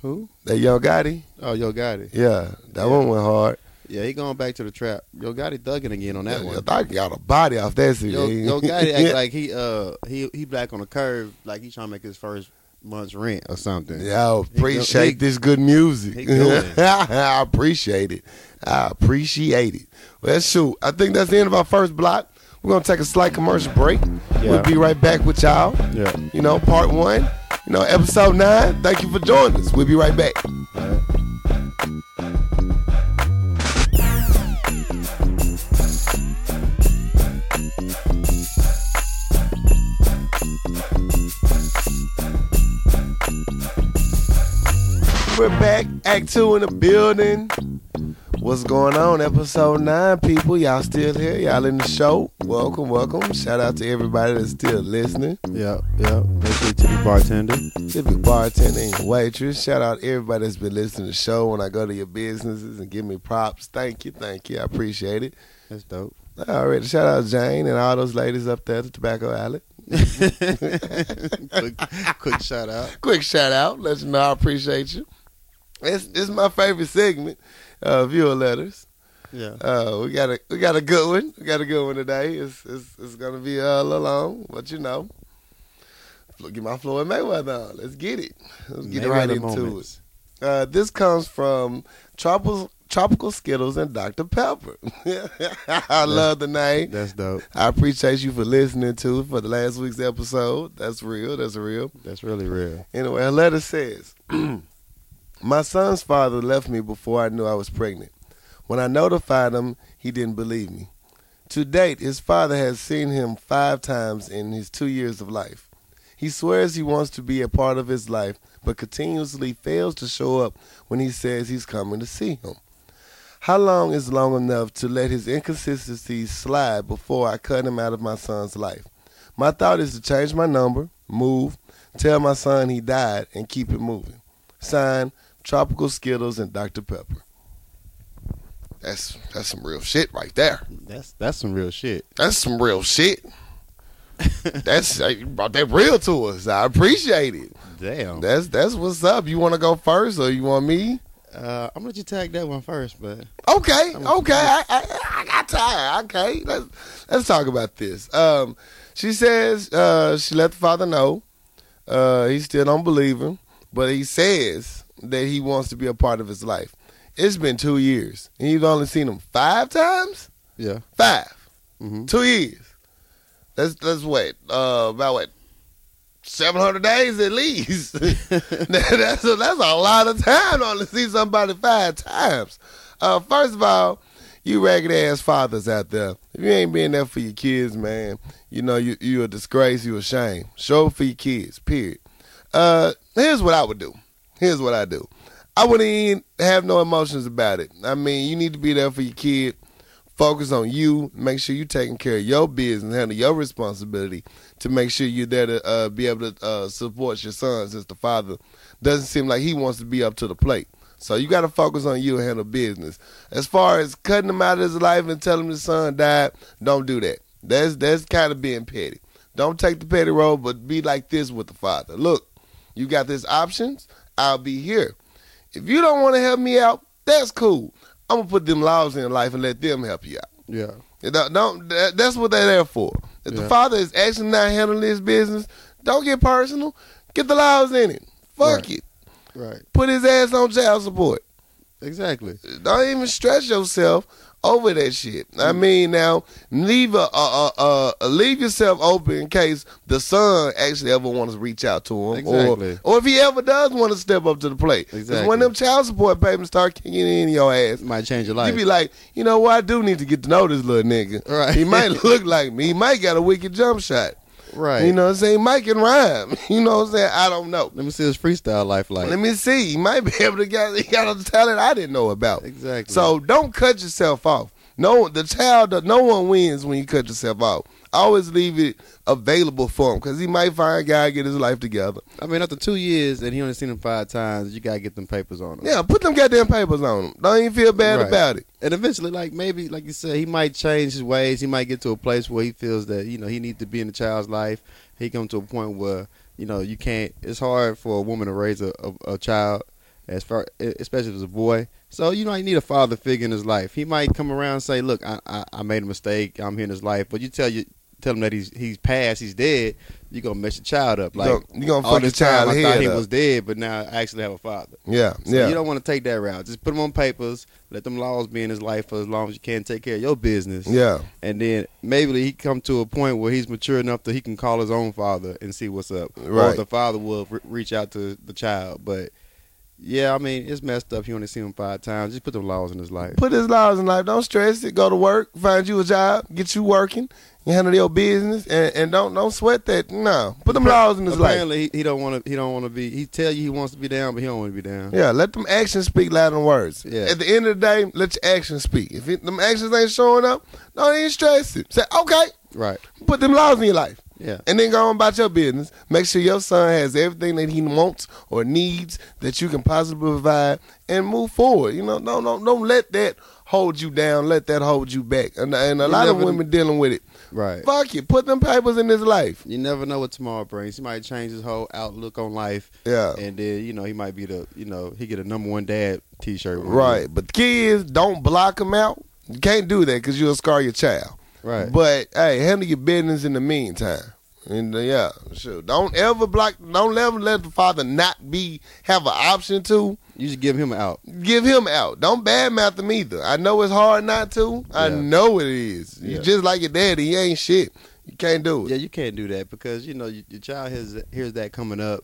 Speaker 1: who?
Speaker 2: that Young Gotti,
Speaker 1: Oh, Yo Gotti.
Speaker 2: yeah, that
Speaker 1: Yeah.
Speaker 2: one went hard.
Speaker 1: Yeah, he going back to the trap. Yo Gotti thugging again on that
Speaker 2: Yo-
Speaker 1: one.
Speaker 2: I got a body off that CD.
Speaker 1: Yo, Yo Gotti act like he uh he he black on the curve, like he trying to make his first month's rent or something.
Speaker 2: Yo,
Speaker 1: He go-
Speaker 2: appreciate
Speaker 1: he-
Speaker 2: this good music.
Speaker 1: he going.
Speaker 2: I appreciate it. I appreciate it. Well, shoot, I think that's the end of our first block. We're gonna take a slight commercial break. We'll
Speaker 1: Yeah.
Speaker 2: be right back with y'all.
Speaker 1: Yeah.
Speaker 2: You know, part one. You know, episode nine. Thank you for joining us. We'll be right back. We're back, Act Two in the building. What's going on? Episode nine, people. Y'all still here? Y'all in the show? Welcome, welcome. Shout out to everybody that's still listening.
Speaker 1: yeah, yeah. Make sure you tip your bartender.
Speaker 2: Typical bartender and waitress. Shout out everybody that's been listening to the show. When I go to your businesses and give me props, thank you, thank you. I appreciate it.
Speaker 1: That's dope.
Speaker 2: All right, shout out Jane and all those ladies up there at the Tobacco Alley.
Speaker 1: quick, quick shout out.
Speaker 2: quick shout out. Let you know I appreciate you. It's, it's my favorite segment, uh, viewer letters.
Speaker 1: Yeah.
Speaker 2: Uh, we got a we got a good one. We got a good one today. It's it's, it's gonna be uh, a little long, but you know, Flo- get my Floyd Mayweather on. Let's get it. Let's get right
Speaker 1: Mayweather
Speaker 2: into
Speaker 1: moments.
Speaker 2: it. Uh, this comes from tropical tropical Skittles and Dr Pepper. I love the name.
Speaker 1: That's dope.
Speaker 2: I appreciate you for listening to for the last week's episode. That's real. That's real.
Speaker 1: That's really real.
Speaker 2: Anyway, her letter says, My son's father left me before I knew I was pregnant. When I notified him, he didn't believe me. To date, his father has seen him five times in his two years of life. He swears he wants to be a part of his life, but continuously fails to show up when he says he's coming to see him. How long is long enough to let his inconsistencies slide before I cut him out of my son's life? My thought is to change my number, move, tell my son he died, and keep it moving. Signed, Tropical Skittles and Dr. Pepper. That's that's some real shit right there.
Speaker 1: That's that's some real shit.
Speaker 2: That's some real shit. that's you brought that real to us. I appreciate it.
Speaker 1: Damn.
Speaker 2: That's that's what's up. You want to go first, or you want me?
Speaker 1: uh, I'm gonna let you tag that one first, but
Speaker 2: Okay, okay. I, I, I got tired. Okay, let's let's talk about this. Um, She says uh, she let the father know. Uh, he still don't believe him, but he says that he wants to be a part of his life. It's been two years, and you've only seen him five times.
Speaker 1: Yeah.
Speaker 2: Five,
Speaker 1: hmm
Speaker 2: two years. That's that's what uh, about what seven hundred days at least. that's a, that's a lot of time to only see somebody five times. Uh, first of all, you ragged ass fathers out there, if you ain't been there for your kids, man, you know you you a disgrace, you a shame. Show for your kids, period. Uh, here's what I would do. Here's what I do. I wouldn't even have no emotions about it. I mean, you need to be there for your kid. Focus on you. Make sure you taking care of your business, handle your responsibility to make sure you're there to uh, be able to uh, support your son since the father doesn't seem like he wants to be up to the plate. So you got to focus on you and handle business. As far as cutting him out of his life and telling him his son died, don't do that. That's that's kind of being petty. Don't take the petty road, but be like this with the father. Look, you got this options. I'll be here. If you don't want to help me out, that's cool. I'm gonna put them laws in life and let them help you out.
Speaker 1: Yeah.
Speaker 2: You know, Don't, that- that's what they're there for. If the
Speaker 1: Yeah.
Speaker 2: father is actually not handling his business, don't get personal. Get the laws in it. Fuck
Speaker 1: Right.
Speaker 2: it.
Speaker 1: Right.
Speaker 2: Put his ass on child support.
Speaker 1: Exactly.
Speaker 2: Don't even stress yourself over that shit.
Speaker 1: Mm.
Speaker 2: I mean, now leave a, a, a, a leave yourself open in case the son actually ever wants to reach out to him,
Speaker 1: Exactly.
Speaker 2: or or if he ever does want to step up to the plate. 'Cause
Speaker 1: Exactly.
Speaker 2: when them child support payments start kicking in your ass,
Speaker 1: It might change your life.
Speaker 2: you be like, you know what? I do need to get to know this little nigga.
Speaker 1: Right.
Speaker 2: He might look like me. He might got a wicked jump shot.
Speaker 1: right.
Speaker 2: You know what I'm saying? He might can rhyme. You know what I'm saying? I don't know.
Speaker 1: Let me see his freestyle life like.
Speaker 2: Let me see. He might be able to get he got a talent I didn't know about.
Speaker 1: exactly.
Speaker 2: So don't cut yourself off. No, the child, no one wins when you cut yourself off. Always leave it available for him because he might find a guy get his life together.
Speaker 1: I mean, after two years and he only seen him five times, you gotta get them papers on him.
Speaker 2: Yeah, put them goddamn papers on him. Don't even feel bad
Speaker 1: Right.
Speaker 2: about it.
Speaker 1: And eventually, like maybe, like you said, he might change his ways. He might get to a place where he feels that you know he needs to be in the child's life. He come to a point where you know you can't. It's hard for a woman to raise a, a, a child, as far e, especially if it's a boy. So you know, you need a father figure in his life. He might come around and say, "Look, I, I, I made a mistake. I'm here in his life." But you tell you tell him that he's he's passed, he's dead. You are gonna mess your child up.
Speaker 2: You
Speaker 1: Like
Speaker 2: gon- you gonna
Speaker 1: all
Speaker 2: fuck your
Speaker 1: this time,
Speaker 2: child
Speaker 1: I
Speaker 2: head
Speaker 1: thought he
Speaker 2: up.
Speaker 1: was dead, but now I actually have a father.
Speaker 2: yeah,
Speaker 1: So
Speaker 2: yeah.
Speaker 1: you don't want to take that route. Just put them on papers. Let them laws be in his life for as long as you can. Take care of your business.
Speaker 2: Yeah,
Speaker 1: And then maybe he come to a point where he's mature enough that he can call his own father and see what's up. Or
Speaker 2: Right.
Speaker 1: if the father will re- reach out to the child. But yeah, I mean it's messed up. You only see him five times. Just put them laws in his life.
Speaker 2: put his lives in life. Don't stress it. Go to work, find you a job, get you working, you handle your business, and, and don't don't sweat that. No, put them laws in his life.
Speaker 1: Apparently he, he don't want to. He don't want to be. He tell you he wants to be down, but he don't want to be down.
Speaker 2: Yeah, let them actions speak louder than words.
Speaker 1: Yeah.
Speaker 2: At the end of the day, let your actions speak. If it, them actions ain't showing up, don't even stress it. Say okay,
Speaker 1: Right.
Speaker 2: put them laws in your life.
Speaker 1: Yeah.
Speaker 2: And then go on about your business. Make sure your son has everything that he wants or needs that you can possibly provide and move forward. You know, no, no, don't let that hold you down. Let that hold you back. And, and a
Speaker 1: You
Speaker 2: lot of
Speaker 1: never-
Speaker 2: women dealing with it.
Speaker 1: Right.
Speaker 2: Fuck you. Put them papers in his life.
Speaker 1: You never know what tomorrow brings. He might change his whole outlook on life.
Speaker 2: Yeah.
Speaker 1: and then you know he might be the you know he get a number one dad T-shirt. one
Speaker 2: Right.
Speaker 1: day.
Speaker 2: But kids, don't block them out. You can't do that because you'll scar your child.
Speaker 1: right.
Speaker 2: But hey, handle your business in the meantime. And uh, yeah, sure. Don't ever block. Don't ever let the father not be have an option to.
Speaker 1: you should give him an out.
Speaker 2: give him out. Don't badmouth him either. I know it's hard not to. I
Speaker 1: Yeah.
Speaker 2: know it is.
Speaker 1: Yeah.
Speaker 2: You just like your daddy. He ain't shit. You can't do it.
Speaker 1: Yeah, you can't do that because you know you, your child hears hears that coming up,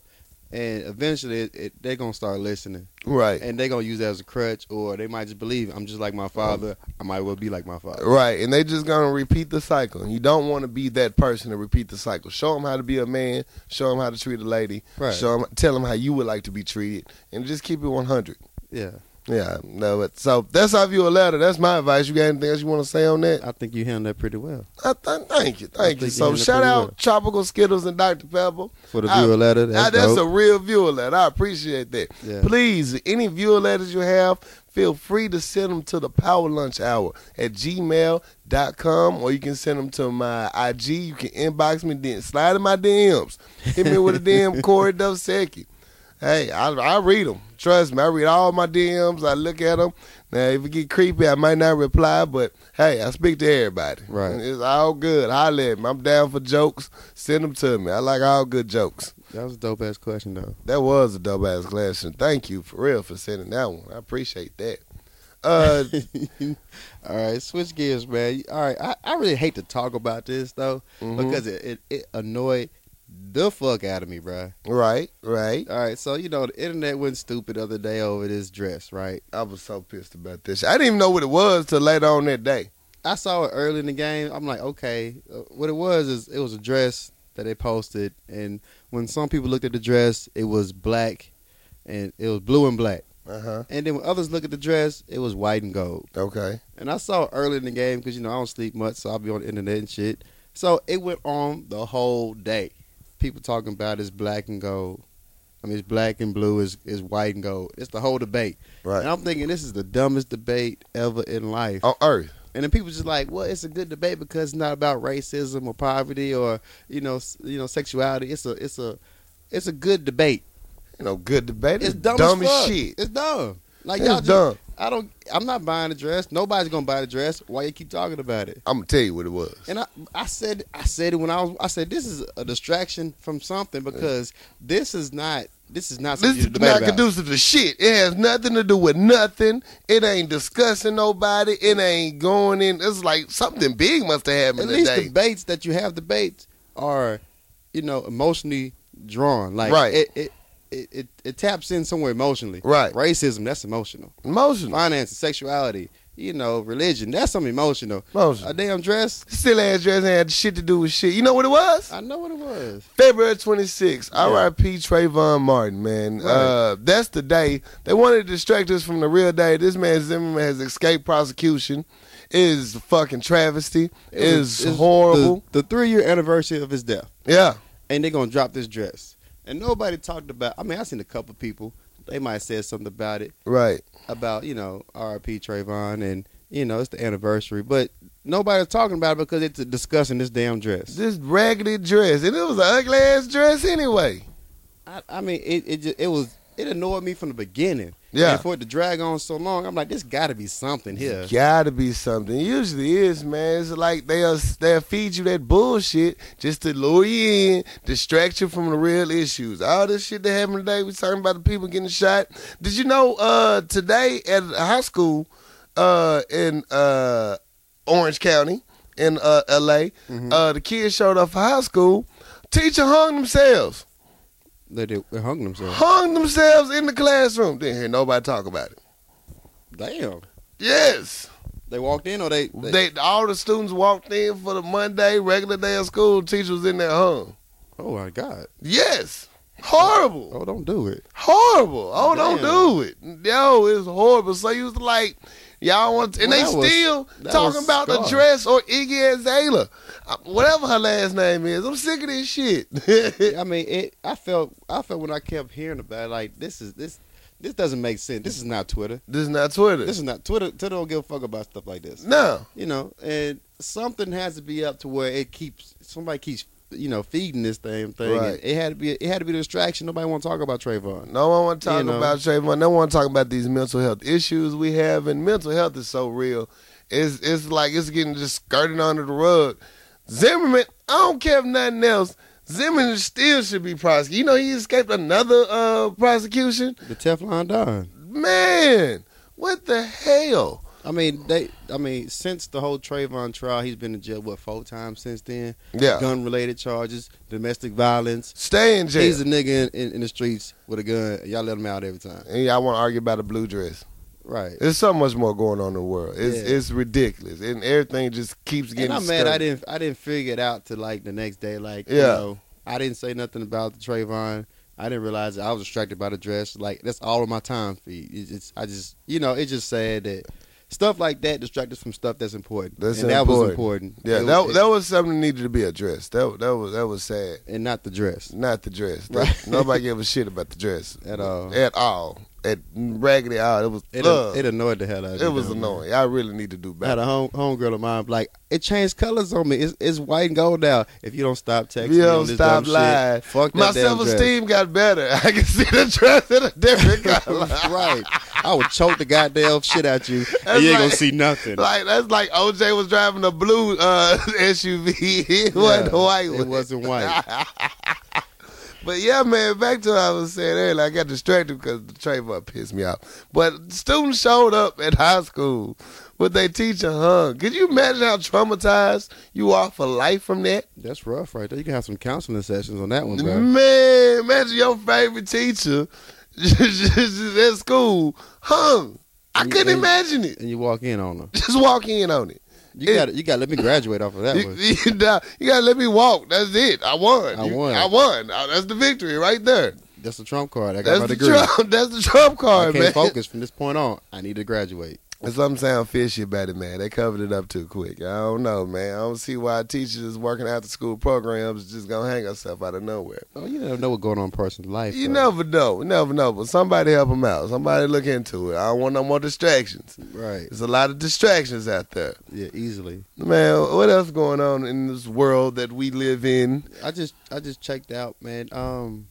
Speaker 1: and eventually it, it, they're gonna start listening,
Speaker 2: Right.
Speaker 1: and they're gonna use that as a crutch, or they might just believe I'm just like my father. I might well be like my father.
Speaker 2: Right. And they just gonna repeat the cycle. You don't want to be that person to repeat the cycle. Show him how to be a man. Show him how to treat a lady.
Speaker 1: Right.
Speaker 2: Show him. Tell him how you would like to be treated, and just keep it one hundred.
Speaker 1: Yeah,
Speaker 2: Yeah. No. But so that's how you a letter. That's my advice. You got anything else you want to say on that?
Speaker 1: I think you handled that pretty well
Speaker 2: I th- thank you. Thank you.
Speaker 1: think you
Speaker 2: So
Speaker 1: handled it
Speaker 2: shout
Speaker 1: pretty
Speaker 2: out
Speaker 1: well.
Speaker 2: Tropical Skittles and Dr Pepper.
Speaker 1: for the
Speaker 2: I-
Speaker 1: viewer letter. That's,
Speaker 2: Ah, That's,
Speaker 1: dope.
Speaker 2: a real viewer letter. I appreciate that.
Speaker 1: Yeah.
Speaker 2: Please, any viewer letters you have, feel free to send them to the Power Lunch Hour at gmail.com or you can send them to my IG. You can inbox me, then slide in my DMs. Hit me with a DM, Corey Dovsecki. hey, I, I read them. Trust me, I read all my DMs. I look at them. Now, if it get creepy, I might not reply, but hey, I speak to everybody.
Speaker 1: Right.
Speaker 2: It's all good. Holler at me. I'm down for jokes. Send them to me. I like all good jokes.
Speaker 1: That was a dope ass question though.
Speaker 2: That was a dope ass question. Thank you for real for sending that one. I appreciate that. Uh,
Speaker 1: all right, switch gears, man. All right, I, I really hate to talk about this though
Speaker 2: mhm.
Speaker 1: because it, it it annoyed the fuck out of me, bruh.
Speaker 2: right, right.
Speaker 1: All right, so you know the internet went stupid the other day over this dress, right?
Speaker 2: I was so pissed about this. I didn't even know what it was till later on that day.
Speaker 1: I saw it early in the game. I'm like, okay, uh, what it was is it was a dress that they posted, and when some people looked at the dress, it was black, and it was blue and black.
Speaker 2: Uh huh.
Speaker 1: And then when others look at the dress, it was white and gold.
Speaker 2: Okay.
Speaker 1: And I saw it early in the game because you know I don't sleep much, so I'll be on the internet and shit. So it went on the whole day. People talking about it's black and gold. I mean, it's black and blue. It's, it's white and gold. It's the whole debate.
Speaker 2: Right.
Speaker 1: And I'm thinking this is the dumbest debate ever in life.
Speaker 2: on Earth.
Speaker 1: And then people just like, well, it's a good debate because it's not about racism or poverty or you know s- you know sexuality. It's a it's a it's a good debate.
Speaker 2: You know, good debate.
Speaker 1: It's dumb, as, fuck.
Speaker 2: shit.
Speaker 1: It's dumb. Like
Speaker 2: It's
Speaker 1: y'all just,
Speaker 2: dumb.
Speaker 1: I don't. I'm not buying a dress. Nobody's gonna buy the dress. Why you keep talking about it?
Speaker 2: I'm gonna tell you what it was.
Speaker 1: And I, I said, I said it when I was. I said this is a distraction from something because this is not. This is not.
Speaker 2: This
Speaker 1: Something
Speaker 2: is
Speaker 1: you debate
Speaker 2: not
Speaker 1: about.
Speaker 2: conducive to shit. It has nothing to do with nothing. It ain't discussing nobody. It ain't going in. It's like something big must have
Speaker 1: At
Speaker 2: happened
Speaker 1: least
Speaker 2: today.
Speaker 1: debates that you have debates are, you know, emotionally drawn. Like
Speaker 2: Right.
Speaker 1: It, it, it, it, it taps in somewhere emotionally.
Speaker 2: Right. Mm.
Speaker 1: Racism, that's emotional.
Speaker 2: Emotional.
Speaker 1: Finance, sexuality, you know, religion, that's something emotional.
Speaker 2: Emotional.
Speaker 1: A damn dress,
Speaker 2: Still ass dress had shit to do with shit. You know what it was?
Speaker 1: I know what it was.
Speaker 2: February 26th,
Speaker 1: Yeah.
Speaker 2: R.I.P. Trayvon Martin, man.
Speaker 1: Right.
Speaker 2: Uh, that's the day. They wanted to distract us from the real day. This man Zimmerman has escaped prosecution. It is a fucking travesty. It is
Speaker 1: It's
Speaker 2: horrible.
Speaker 1: The, the three year anniversary of his death.
Speaker 2: yeah.
Speaker 1: and they're gonna drop this dress. And nobody talked about. I mean, I seen a couple people. They might have said something about it,
Speaker 2: Right.
Speaker 1: about you know R.I.P. Trayvon, and you know it's the anniversary, but nobody's talking about it because it's discussing this damn dress.
Speaker 2: This raggedy dress. And it was an ugly ass dress anyway.
Speaker 1: I, I mean, it it just, it was it annoyed me from the beginning.
Speaker 2: Yeah.
Speaker 1: And for it to drag on so long, I'm like, this got to be something here.
Speaker 2: Gotta be something. It usually is, man. It's like they'll they'll feed you that bullshit just to lure you in, distract you from the real issues. All this shit that happened today, we talking about the people getting shot. Did you know uh today at a high school uh in uh Orange County in uh LA,
Speaker 1: Mm-hmm.
Speaker 2: uh the kids showed up for high school, teacher hung themselves.
Speaker 1: They, did, they hung themselves.
Speaker 2: Hung themselves in the classroom. Didn't hear nobody talk about it.
Speaker 1: Damn.
Speaker 2: Yes.
Speaker 1: They walked in or they they,
Speaker 2: They all the students walked in for the Monday regular day of school. Teacher was in there hung.
Speaker 1: oh my god
Speaker 2: Yes, horrible,
Speaker 1: oh don't do it
Speaker 2: horrible. Oh, don't do
Speaker 1: Damn.
Speaker 2: it. Yo, it's horrible. So you was like, y'all want, and
Speaker 1: Well,
Speaker 2: they
Speaker 1: that was-
Speaker 2: still
Speaker 1: that
Speaker 2: talking
Speaker 1: was
Speaker 2: about the
Speaker 1: scar.
Speaker 2: dress or Iggy Azalea, Uh, whatever her last name is. I'm sick of this shit.
Speaker 1: I mean, it. I felt. I felt when I kept hearing about it, like this is this. This doesn't make sense. This is not Twitter.
Speaker 2: this is not Twitter.
Speaker 1: This is not Twitter. Twitter don't give a fuck about stuff like this.
Speaker 2: no,
Speaker 1: You know, and something has to be up to where it keeps somebody keeps you know feeding this damn thing. and
Speaker 2: Right.
Speaker 1: It had to be. It had to be a distraction. Nobody want to talk about Trayvon.
Speaker 2: No one want to talk
Speaker 1: You know.
Speaker 2: about Trayvon. No one want to talk about these mental health issues we have, and mental health is so real. It's it's like it's getting just skirted under the rug. Zimmerman, I don't care if nothing else. Zimmerman still should be prosecuted. You know he escaped another uh, prosecution.
Speaker 1: The Teflon Don.
Speaker 2: Man, what the hell?
Speaker 1: I mean, they. I mean, since the whole Trayvon trial, he's been in jail what four times since then.
Speaker 2: Yeah,
Speaker 1: Gun related charges, domestic violence.
Speaker 2: stay in jail.
Speaker 1: He's a nigga in, in, in the streets with a gun. Y'all let him out every time.
Speaker 2: and y'all want to argue about a blue dress?
Speaker 1: Right.
Speaker 2: There's so much more going on in the world. It's
Speaker 1: Yeah.
Speaker 2: it's ridiculous, and everything just keeps getting.
Speaker 1: and I'm mad I
Speaker 2: skirted.
Speaker 1: didn't I didn't figure it out till like the next day. Like you
Speaker 2: Yeah.
Speaker 1: know, I didn't say nothing about the Trayvon. I didn't realize that I was distracted by the dress. Like that's all of my time feed. It's, it's I just you know it's just sad that stuff like that distracts us from stuff that's important.
Speaker 2: That's
Speaker 1: and that was
Speaker 2: important.
Speaker 1: important.
Speaker 2: Yeah,
Speaker 1: It-
Speaker 2: that
Speaker 1: it-
Speaker 2: that was something that needed to be addressed. That that was that was sad.
Speaker 1: and not the dress.
Speaker 2: Not the dress.
Speaker 1: Right.
Speaker 2: Nobody gave a shit about the dress
Speaker 1: At all.
Speaker 2: At all. at Raggedy Owl. It was
Speaker 1: It,
Speaker 2: love.
Speaker 1: it annoyed the hell out of me.
Speaker 2: It was
Speaker 1: though, man.
Speaker 2: annoying. I really need to do
Speaker 1: I had
Speaker 2: better.
Speaker 1: a home homegirl of mine like it changed colors on me. It's, it's white and gold now. If you don't stop texting,
Speaker 2: If you
Speaker 1: me on
Speaker 2: don't
Speaker 1: this
Speaker 2: stop
Speaker 1: dumb
Speaker 2: lying.
Speaker 1: Shit, fuck that
Speaker 2: My
Speaker 1: damn
Speaker 2: self esteem got better. I can see the dress in a different color.
Speaker 1: dress. right. I would choke the goddamn shit out you, and you ain't gonna
Speaker 2: like-
Speaker 1: see nothing.
Speaker 2: Like that's like OJ was driving a blue uh, SUV. It wasn't
Speaker 1: Yeah,
Speaker 2: a white.
Speaker 1: It
Speaker 2: one.
Speaker 1: wasn't white.
Speaker 2: But yeah, man, back to what I was saying earlier. I got distracted because the trademark pissed me off. But students showed up at high school with their teacher hung. Could you imagine how traumatized you are for life from that?
Speaker 1: That's rough, right there. You can have some counseling sessions on that one,
Speaker 2: Mm-hmm.
Speaker 1: bro.
Speaker 2: Man, imagine your favorite teacher at school hung. I
Speaker 1: And-
Speaker 2: couldn't
Speaker 1: and-
Speaker 2: imagine it.
Speaker 1: And you walk in on them.
Speaker 2: Just walk in on it.
Speaker 1: You
Speaker 2: It-
Speaker 1: got you got to let me graduate off of that
Speaker 2: You,
Speaker 1: one.
Speaker 2: you know, you gotta let me walk. That's it. I won.
Speaker 1: I
Speaker 2: You-
Speaker 1: won.
Speaker 2: I won. Uh, That's the victory right there.
Speaker 1: That's the trump card. I got
Speaker 2: That's
Speaker 1: my
Speaker 2: the
Speaker 1: degree.
Speaker 2: trump. That's the trump
Speaker 1: I
Speaker 2: card,
Speaker 1: can't
Speaker 2: man.
Speaker 1: focus from this point on. I need to graduate.
Speaker 2: And some sound fishy about it, man. They covered it up too quick. I don't know, man. I don't see why teachers is working after school programs just gonna hang herself out of nowhere.
Speaker 1: Oh, you never know what's going on in a person's life.
Speaker 2: You
Speaker 1: though.
Speaker 2: never know. You never know. But somebody help them out. Somebody look into it. I don't want no more distractions.
Speaker 1: right?
Speaker 2: There's a lot of distractions out there.
Speaker 1: Yeah, easily.
Speaker 2: Man, what else going on in this world that we live in?
Speaker 1: I just I just checked out, man. Um,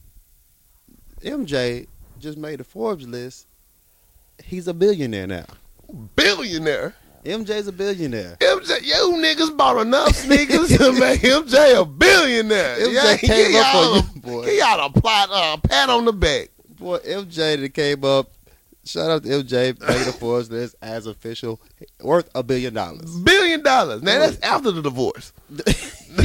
Speaker 1: MJ just made the Forbes list. He's a billionaire now.
Speaker 2: Billionaire.
Speaker 1: MJ's a billionaire.
Speaker 2: MJ, you niggas bought enough sneakers to make MJ a billionaire.
Speaker 1: MJ
Speaker 2: Yeah,
Speaker 1: came
Speaker 2: give
Speaker 1: up on
Speaker 2: y'all a-
Speaker 1: you, boy.
Speaker 2: Give y'all a plot, uh, a pat on the back.
Speaker 1: Boy, MJ that came up. Shout out to MJ made the Forbes list as official, worth a billion dollars.
Speaker 2: Billion dollars. Now that's after the divorce.
Speaker 1: He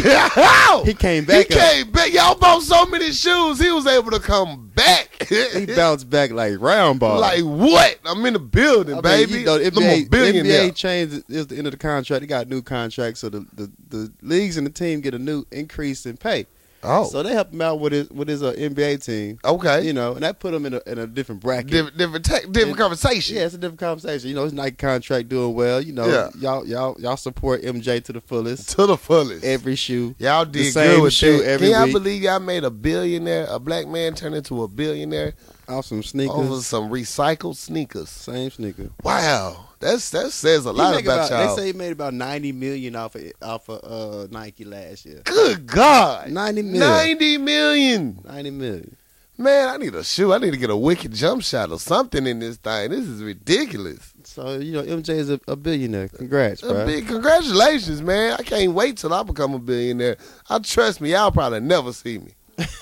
Speaker 2: he
Speaker 1: came back.
Speaker 2: He came back. Y'all bought so many shoes. He was able to come back.
Speaker 1: up. He bounced back like round ball.
Speaker 2: like what? I'm in the building,
Speaker 1: I mean,
Speaker 2: baby.
Speaker 1: you know, the
Speaker 2: I'm
Speaker 1: NBA,
Speaker 2: a billionaire.
Speaker 1: NBA changed it- it's the end of the contract. They got a new contract, so the, the, the leagues and the team get a new increase in pay.
Speaker 2: oh,
Speaker 1: So they help him out with his with his uh, NBA team,
Speaker 2: okay.
Speaker 1: you know, and that put him in a in a different bracket.
Speaker 2: different, different, ta- different
Speaker 1: And-
Speaker 2: conversation.
Speaker 1: yeah, it's a different conversation. You know, his Nike contract doing well. You know,
Speaker 2: Yeah.
Speaker 1: y'all y'all y'all support MJ to the fullest.
Speaker 2: To the fullest.
Speaker 1: Every shoe.
Speaker 2: Y'all did
Speaker 1: same
Speaker 2: good with
Speaker 1: shoe
Speaker 2: that.
Speaker 1: every
Speaker 2: Can y'all
Speaker 1: week.
Speaker 2: believe y'all made a billionaire, a black man turn into a billionaire
Speaker 1: off some sneakers.
Speaker 2: over some recycled sneakers?
Speaker 1: Same sneaker.
Speaker 2: Wow, that's that says a lot
Speaker 1: He make
Speaker 2: about, y'all.
Speaker 1: They say he made about ninety million off of off of uh, Nike last year.
Speaker 2: good God,
Speaker 1: Ninety million.
Speaker 2: ninety million.
Speaker 1: Ninety million.
Speaker 2: Man, I need a shoe. I need to get a wicked jump shot or something in this thing. This is ridiculous.
Speaker 1: So you know, MJ is a, a billionaire. Congrats,
Speaker 2: A
Speaker 1: bro.
Speaker 2: big congratulations, man. I can't wait till I become a billionaire. I trust me, y'all probably never see me.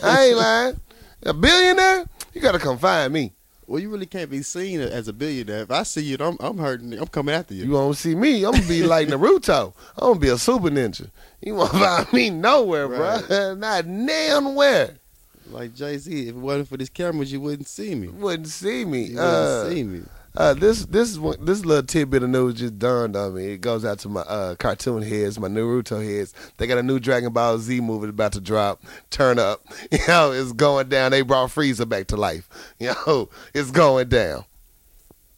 Speaker 2: I ain't lying. A billionaire? You gotta come find me.
Speaker 1: well, you really can't be seen as a billionaire. If I see you, I'm I'm hurting. you. I'm coming after you.
Speaker 2: You won't see me. I'm gonna be like Naruto. I'm gonna be a super ninja. You won't find me nowhere, bruh. Not damn where.
Speaker 1: Like Jay Z, if it wasn't for these cameras, you wouldn't see me.
Speaker 2: You wouldn't see
Speaker 1: You
Speaker 2: me.
Speaker 1: wouldn't
Speaker 2: Uh,
Speaker 1: see me.
Speaker 2: uh, this this is one, this little tidbit of news just dawned on me. It goes out to my uh, cartoon heads, my Naruto heads. They got a new Dragon Ball Z movie about to drop. Turn up, you know, it's going down. They brought Frieza back to life. You know, it's going down.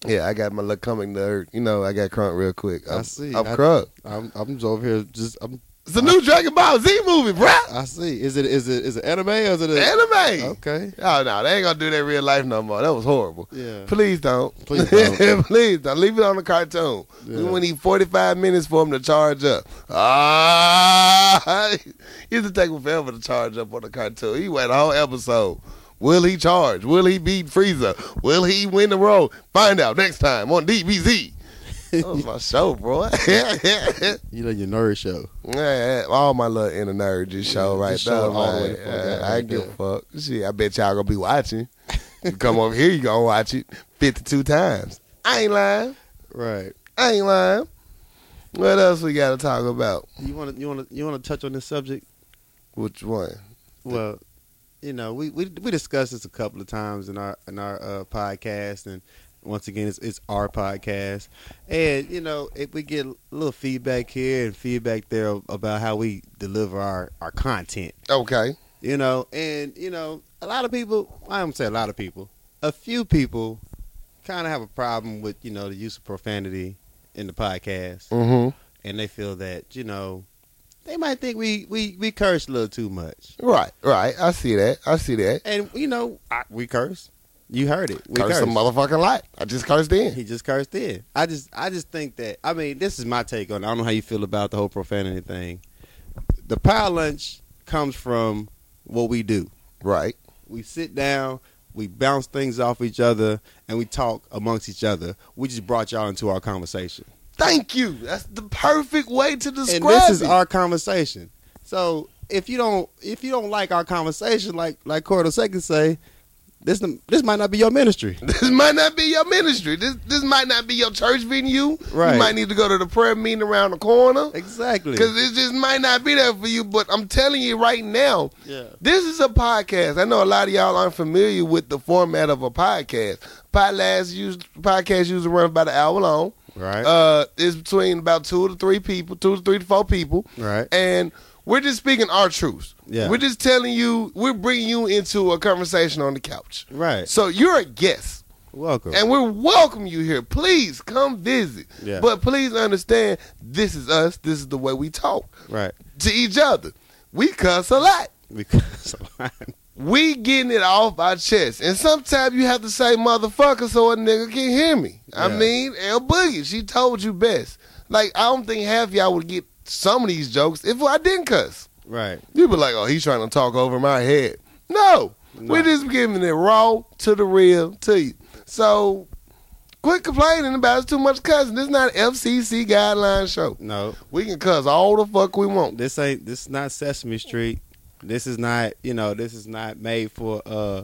Speaker 2: Yeah, I got my little coming nerd. You know, I got crunk real quick.
Speaker 1: I
Speaker 2: I'm,
Speaker 1: see.
Speaker 2: I'm
Speaker 1: I-
Speaker 2: crunk.
Speaker 1: I'm I'm just over here. Just I'm,
Speaker 2: It's a new Dragon Ball Z movie, bruh.
Speaker 1: I see. Is it is it is it anime or is it a,
Speaker 2: Anime.
Speaker 1: Okay.
Speaker 2: Oh no, they ain't gonna do that in real life no more. That was horrible.
Speaker 1: Yeah.
Speaker 2: Please don't.
Speaker 1: Please don't.
Speaker 2: Please don't. Leave it on the cartoon.
Speaker 1: Yeah.
Speaker 2: We will need forty five minutes for them to charge up. Ah, used to take him forever to charge up on the cartoon. He went a whole episode. Will he charge? Will he beat Frieza? Will he win the road? Find out next time on DBZ. That was my show, bro.
Speaker 1: You know your nerd show.
Speaker 2: Yeah, all my little inner nerd just show
Speaker 1: Yeah,
Speaker 2: right
Speaker 1: just
Speaker 2: there.
Speaker 1: show it all the way the
Speaker 2: man.
Speaker 1: fuck out
Speaker 2: Yeah, I
Speaker 1: right
Speaker 2: ain't give a fuck. Shit, I bet y'all gonna be watching. you come over here, you gonna watch it fifty two times. I ain't lying.
Speaker 1: Right.
Speaker 2: I ain't lying. What else we gotta talk about?
Speaker 1: You want to you want to you want to touch on this subject?
Speaker 2: Which one?
Speaker 1: Well, you know, we we we discussed this a couple of times in our in our uh, podcast, and once again, it's it's our podcast, and you know, if we get a little feedback here and feedback there about how we deliver our our content,
Speaker 2: Okay.
Speaker 1: you know, and you know, a lot of people, I don't say a lot of people, a few people, kind of have a problem with you know the use of profanity in the podcast
Speaker 2: Mm-hmm.
Speaker 1: and they feel that you know they might think we we we curse a little too much
Speaker 2: Right, right. I see that. I see that.
Speaker 1: and you know I, we curse You heard it. We
Speaker 2: Curse a
Speaker 1: cursed.
Speaker 2: motherfucking lot. I just cursed in.
Speaker 1: He just cursed in. I just I just think that I mean this is my take on. it. I don't know how you feel about the whole profanity thing. The power lunch comes from what we do.
Speaker 2: Right.
Speaker 1: We sit down, we bounce things off each other, and we talk amongst each other. We just brought y'all into our conversation,
Speaker 2: Thank you. That's the perfect way to describe
Speaker 1: and this is
Speaker 2: it.
Speaker 1: our conversation. So if you don't if you don't like our conversation, like like Cordo Second say, this this might not be your ministry.
Speaker 2: this might not be your ministry. This this might not be your church venue.
Speaker 1: Right.
Speaker 2: You might need to go to the prayer meeting around the corner.
Speaker 1: Exactly.
Speaker 2: Because it just might not be there for you. But I'm telling you right now,
Speaker 1: Yeah.
Speaker 2: this is a podcast. I know a lot of y'all aren't familiar with the format of a podcast. Podcast used podcast usually runs about an hour long.
Speaker 1: Right.
Speaker 2: Uh, it's between about two to three people, two to three to four people.
Speaker 1: Right.
Speaker 2: And we're just speaking our truths.
Speaker 1: Yeah.
Speaker 2: We're just telling you, we're bringing you into a conversation on the couch.
Speaker 1: Right.
Speaker 2: So you're a guest.
Speaker 1: Welcome.
Speaker 2: And we welcome you here. Please come visit.
Speaker 1: Yeah.
Speaker 2: But please understand, this is us. This is the way we talk
Speaker 1: right.
Speaker 2: to each other. We cuss a lot.
Speaker 1: Because
Speaker 2: We getting it off our chest. And sometimes you have to say motherfucker so a nigga can hear me. I
Speaker 1: Yeah.
Speaker 2: mean, El Boogie, she told you best. Like, I don't think half y'all would get some of these jokes if I didn't cuss.
Speaker 1: right.
Speaker 2: You'd be like, oh, he's trying to talk over my head. No,
Speaker 1: No.
Speaker 2: we're just giving it raw to the real to you. So quit complaining about it's too much cussing. This is not an FCC guideline show.
Speaker 1: No,
Speaker 2: We can cuss all the fuck we want.
Speaker 1: this ain't. This is not Sesame Street. This is not. You know, this is not made for uh,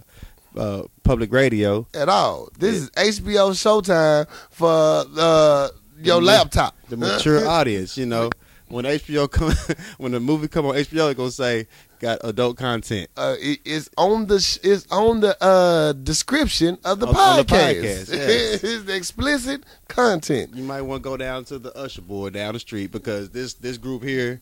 Speaker 1: uh, public radio.
Speaker 2: at all. This is HBO Showtime for uh, your
Speaker 1: The-
Speaker 2: laptop. Uh,
Speaker 1: The mature audience. You know, when HBO come, when the movie come on HBO, it gonna say got adult content.
Speaker 2: Uh, it- it's on the sh- it's on the uh, description of the
Speaker 1: On- on the
Speaker 2: podcast.
Speaker 1: podcast, yes.
Speaker 2: it's the explicit content.
Speaker 1: You might want to go down to the usher board down the street because this this group here.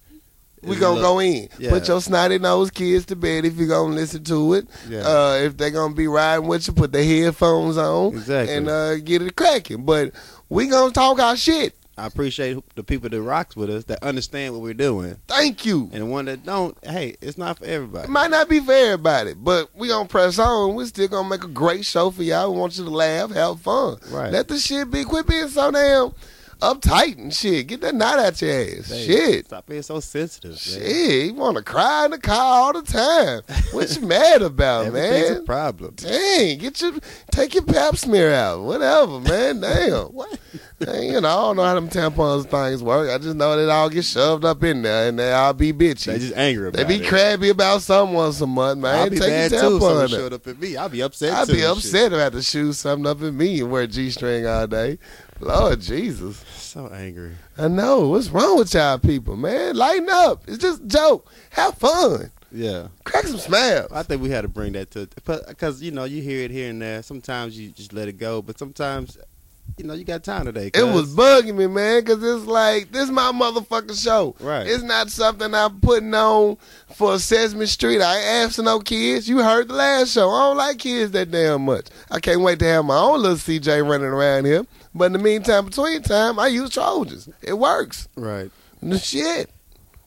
Speaker 2: We gonna go in.
Speaker 1: Yeah.
Speaker 2: Put your snotty nosed kids to bed if you gonna listen to it.
Speaker 1: Yeah.
Speaker 2: Uh, if they gonna be riding with you, put their headphones on
Speaker 1: Exactly.
Speaker 2: and uh, get it cracking. But we gonna talk our shit.
Speaker 1: I appreciate the people that rocks with us that understand what we're doing,
Speaker 2: Thank you.
Speaker 1: and the one that don't. Hey, it's not for everybody.
Speaker 2: It might not be for everybody, but we gonna press on. We still gonna make a great show for y'all. We want you to laugh, have fun.
Speaker 1: Right.
Speaker 2: Let the shit be. Quit being so damn uptight and shit. Get that knot out your ass.
Speaker 1: Hey,
Speaker 2: Shit.
Speaker 1: Stop being so sensitive. man.
Speaker 2: Shit. You wanna cry in the car all the time. What you mad about,
Speaker 1: Everything's a
Speaker 2: man?
Speaker 1: problem.
Speaker 2: Dang, get your take your pap smear out. Whatever, man. Damn. what? you know, I don't know how them tampons things work. I just know that all get shoved up in there and they all be bitchy.
Speaker 1: They just angry
Speaker 2: They
Speaker 1: about
Speaker 2: be
Speaker 1: it.
Speaker 2: crabby about something once a month, man.
Speaker 1: I'd be
Speaker 2: Take
Speaker 1: mad
Speaker 2: your
Speaker 1: too. if
Speaker 2: tampon
Speaker 1: Someone
Speaker 2: out.
Speaker 1: showed up at me. I'd be upset.
Speaker 2: I'd
Speaker 1: too
Speaker 2: be
Speaker 1: and
Speaker 2: upset if I had to shoot something up at me and wear a G string all day. Lord Jesus.
Speaker 1: shit. So angry.
Speaker 2: I know. What's wrong with y'all people, man? Lighten up. It's just a joke. Have fun.
Speaker 1: Yeah,
Speaker 2: Crack some smiles.
Speaker 1: I think we had to bring that to because you know you hear it here and there. Sometimes you just let it go, but sometimes you know you got time today.
Speaker 2: It
Speaker 1: cuz.
Speaker 2: was bugging me, man, because it's like, this is my motherfucking show.
Speaker 1: Right.
Speaker 2: It's not something I'm putting on for Sesame Street. I ain't asking no kids. You heard the last show. I don't like kids that damn much. I can't wait to have my own little CJ running around here. But in the meantime, between time, I use Trojans. It works.
Speaker 1: right,
Speaker 2: Shit.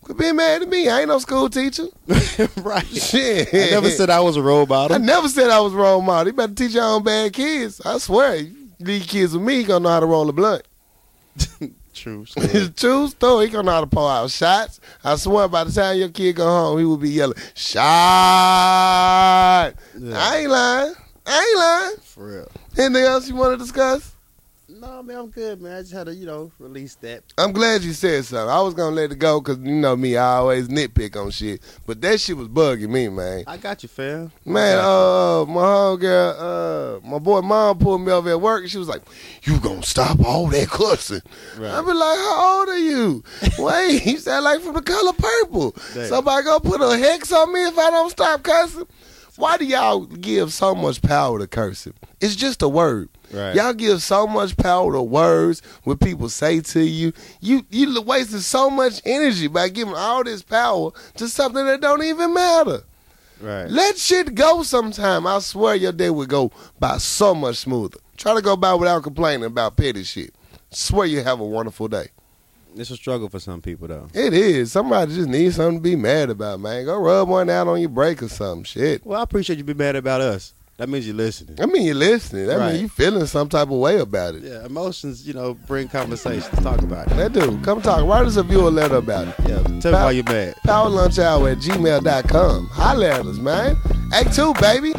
Speaker 2: Quit being mad at me. I ain't no school teacher.
Speaker 1: right.
Speaker 2: Shit.
Speaker 1: I never said I was a role
Speaker 2: I
Speaker 1: model.
Speaker 2: never said I was role model. You better teach your own bad kids. I swear, you leave kids with me, you gonna know how to roll a blunt.
Speaker 1: True. story.
Speaker 2: It's true story. He gonna know how to pull out shots. I swear, by the time your kid go home, he will be yelling, "Shot!" I
Speaker 1: Yeah,
Speaker 2: ain't lying. I ain't lying.
Speaker 1: for real.
Speaker 2: Anything else you want to discuss?
Speaker 1: No, man, I'm good, man. I just had to you know release that.
Speaker 2: I'm glad you said something. I was gonna let it go because you know me, I always nitpick on shit. But that shit was bugging me, man.
Speaker 1: I got you, fam.
Speaker 2: Man, uh, my homegirl, uh, my boy mom pulled me over at work and she was like, You gonna stop all that cussing.
Speaker 1: Right.
Speaker 2: I be like, How old are you? Wait, you sound like from the color purple.
Speaker 1: Damn.
Speaker 2: Somebody gonna put a hex on me if I don't stop cussing? Why do y'all give so much power to cursing? It's just a word.
Speaker 1: Right.
Speaker 2: Y'all give so much power to words what people say to you. You you wasting so much energy by giving all this power to something that don't even matter.
Speaker 1: Right.
Speaker 2: Let shit go sometime. I swear your day would go by so much smoother. Try to go by without complaining about petty shit. Swear you have a wonderful day.
Speaker 1: It's a struggle for some people though.
Speaker 2: It is. Somebody just needs something to be mad about, man. Go rub one out on your break or something. Shit.
Speaker 1: Well, I appreciate you being mad about us. That means you're listening.
Speaker 2: I mean, you're listening. That
Speaker 1: Right.
Speaker 2: mean, you feeling some type of way about it.
Speaker 1: Yeah, emotions, you know, bring conversations. Talk about it.
Speaker 2: That dude, come talk. Write us a viewer letter about it.
Speaker 1: Yeah, tell me why you're mad.
Speaker 2: Power Lunch Hour at gmail.com. Holler at us, man. Act two, baby.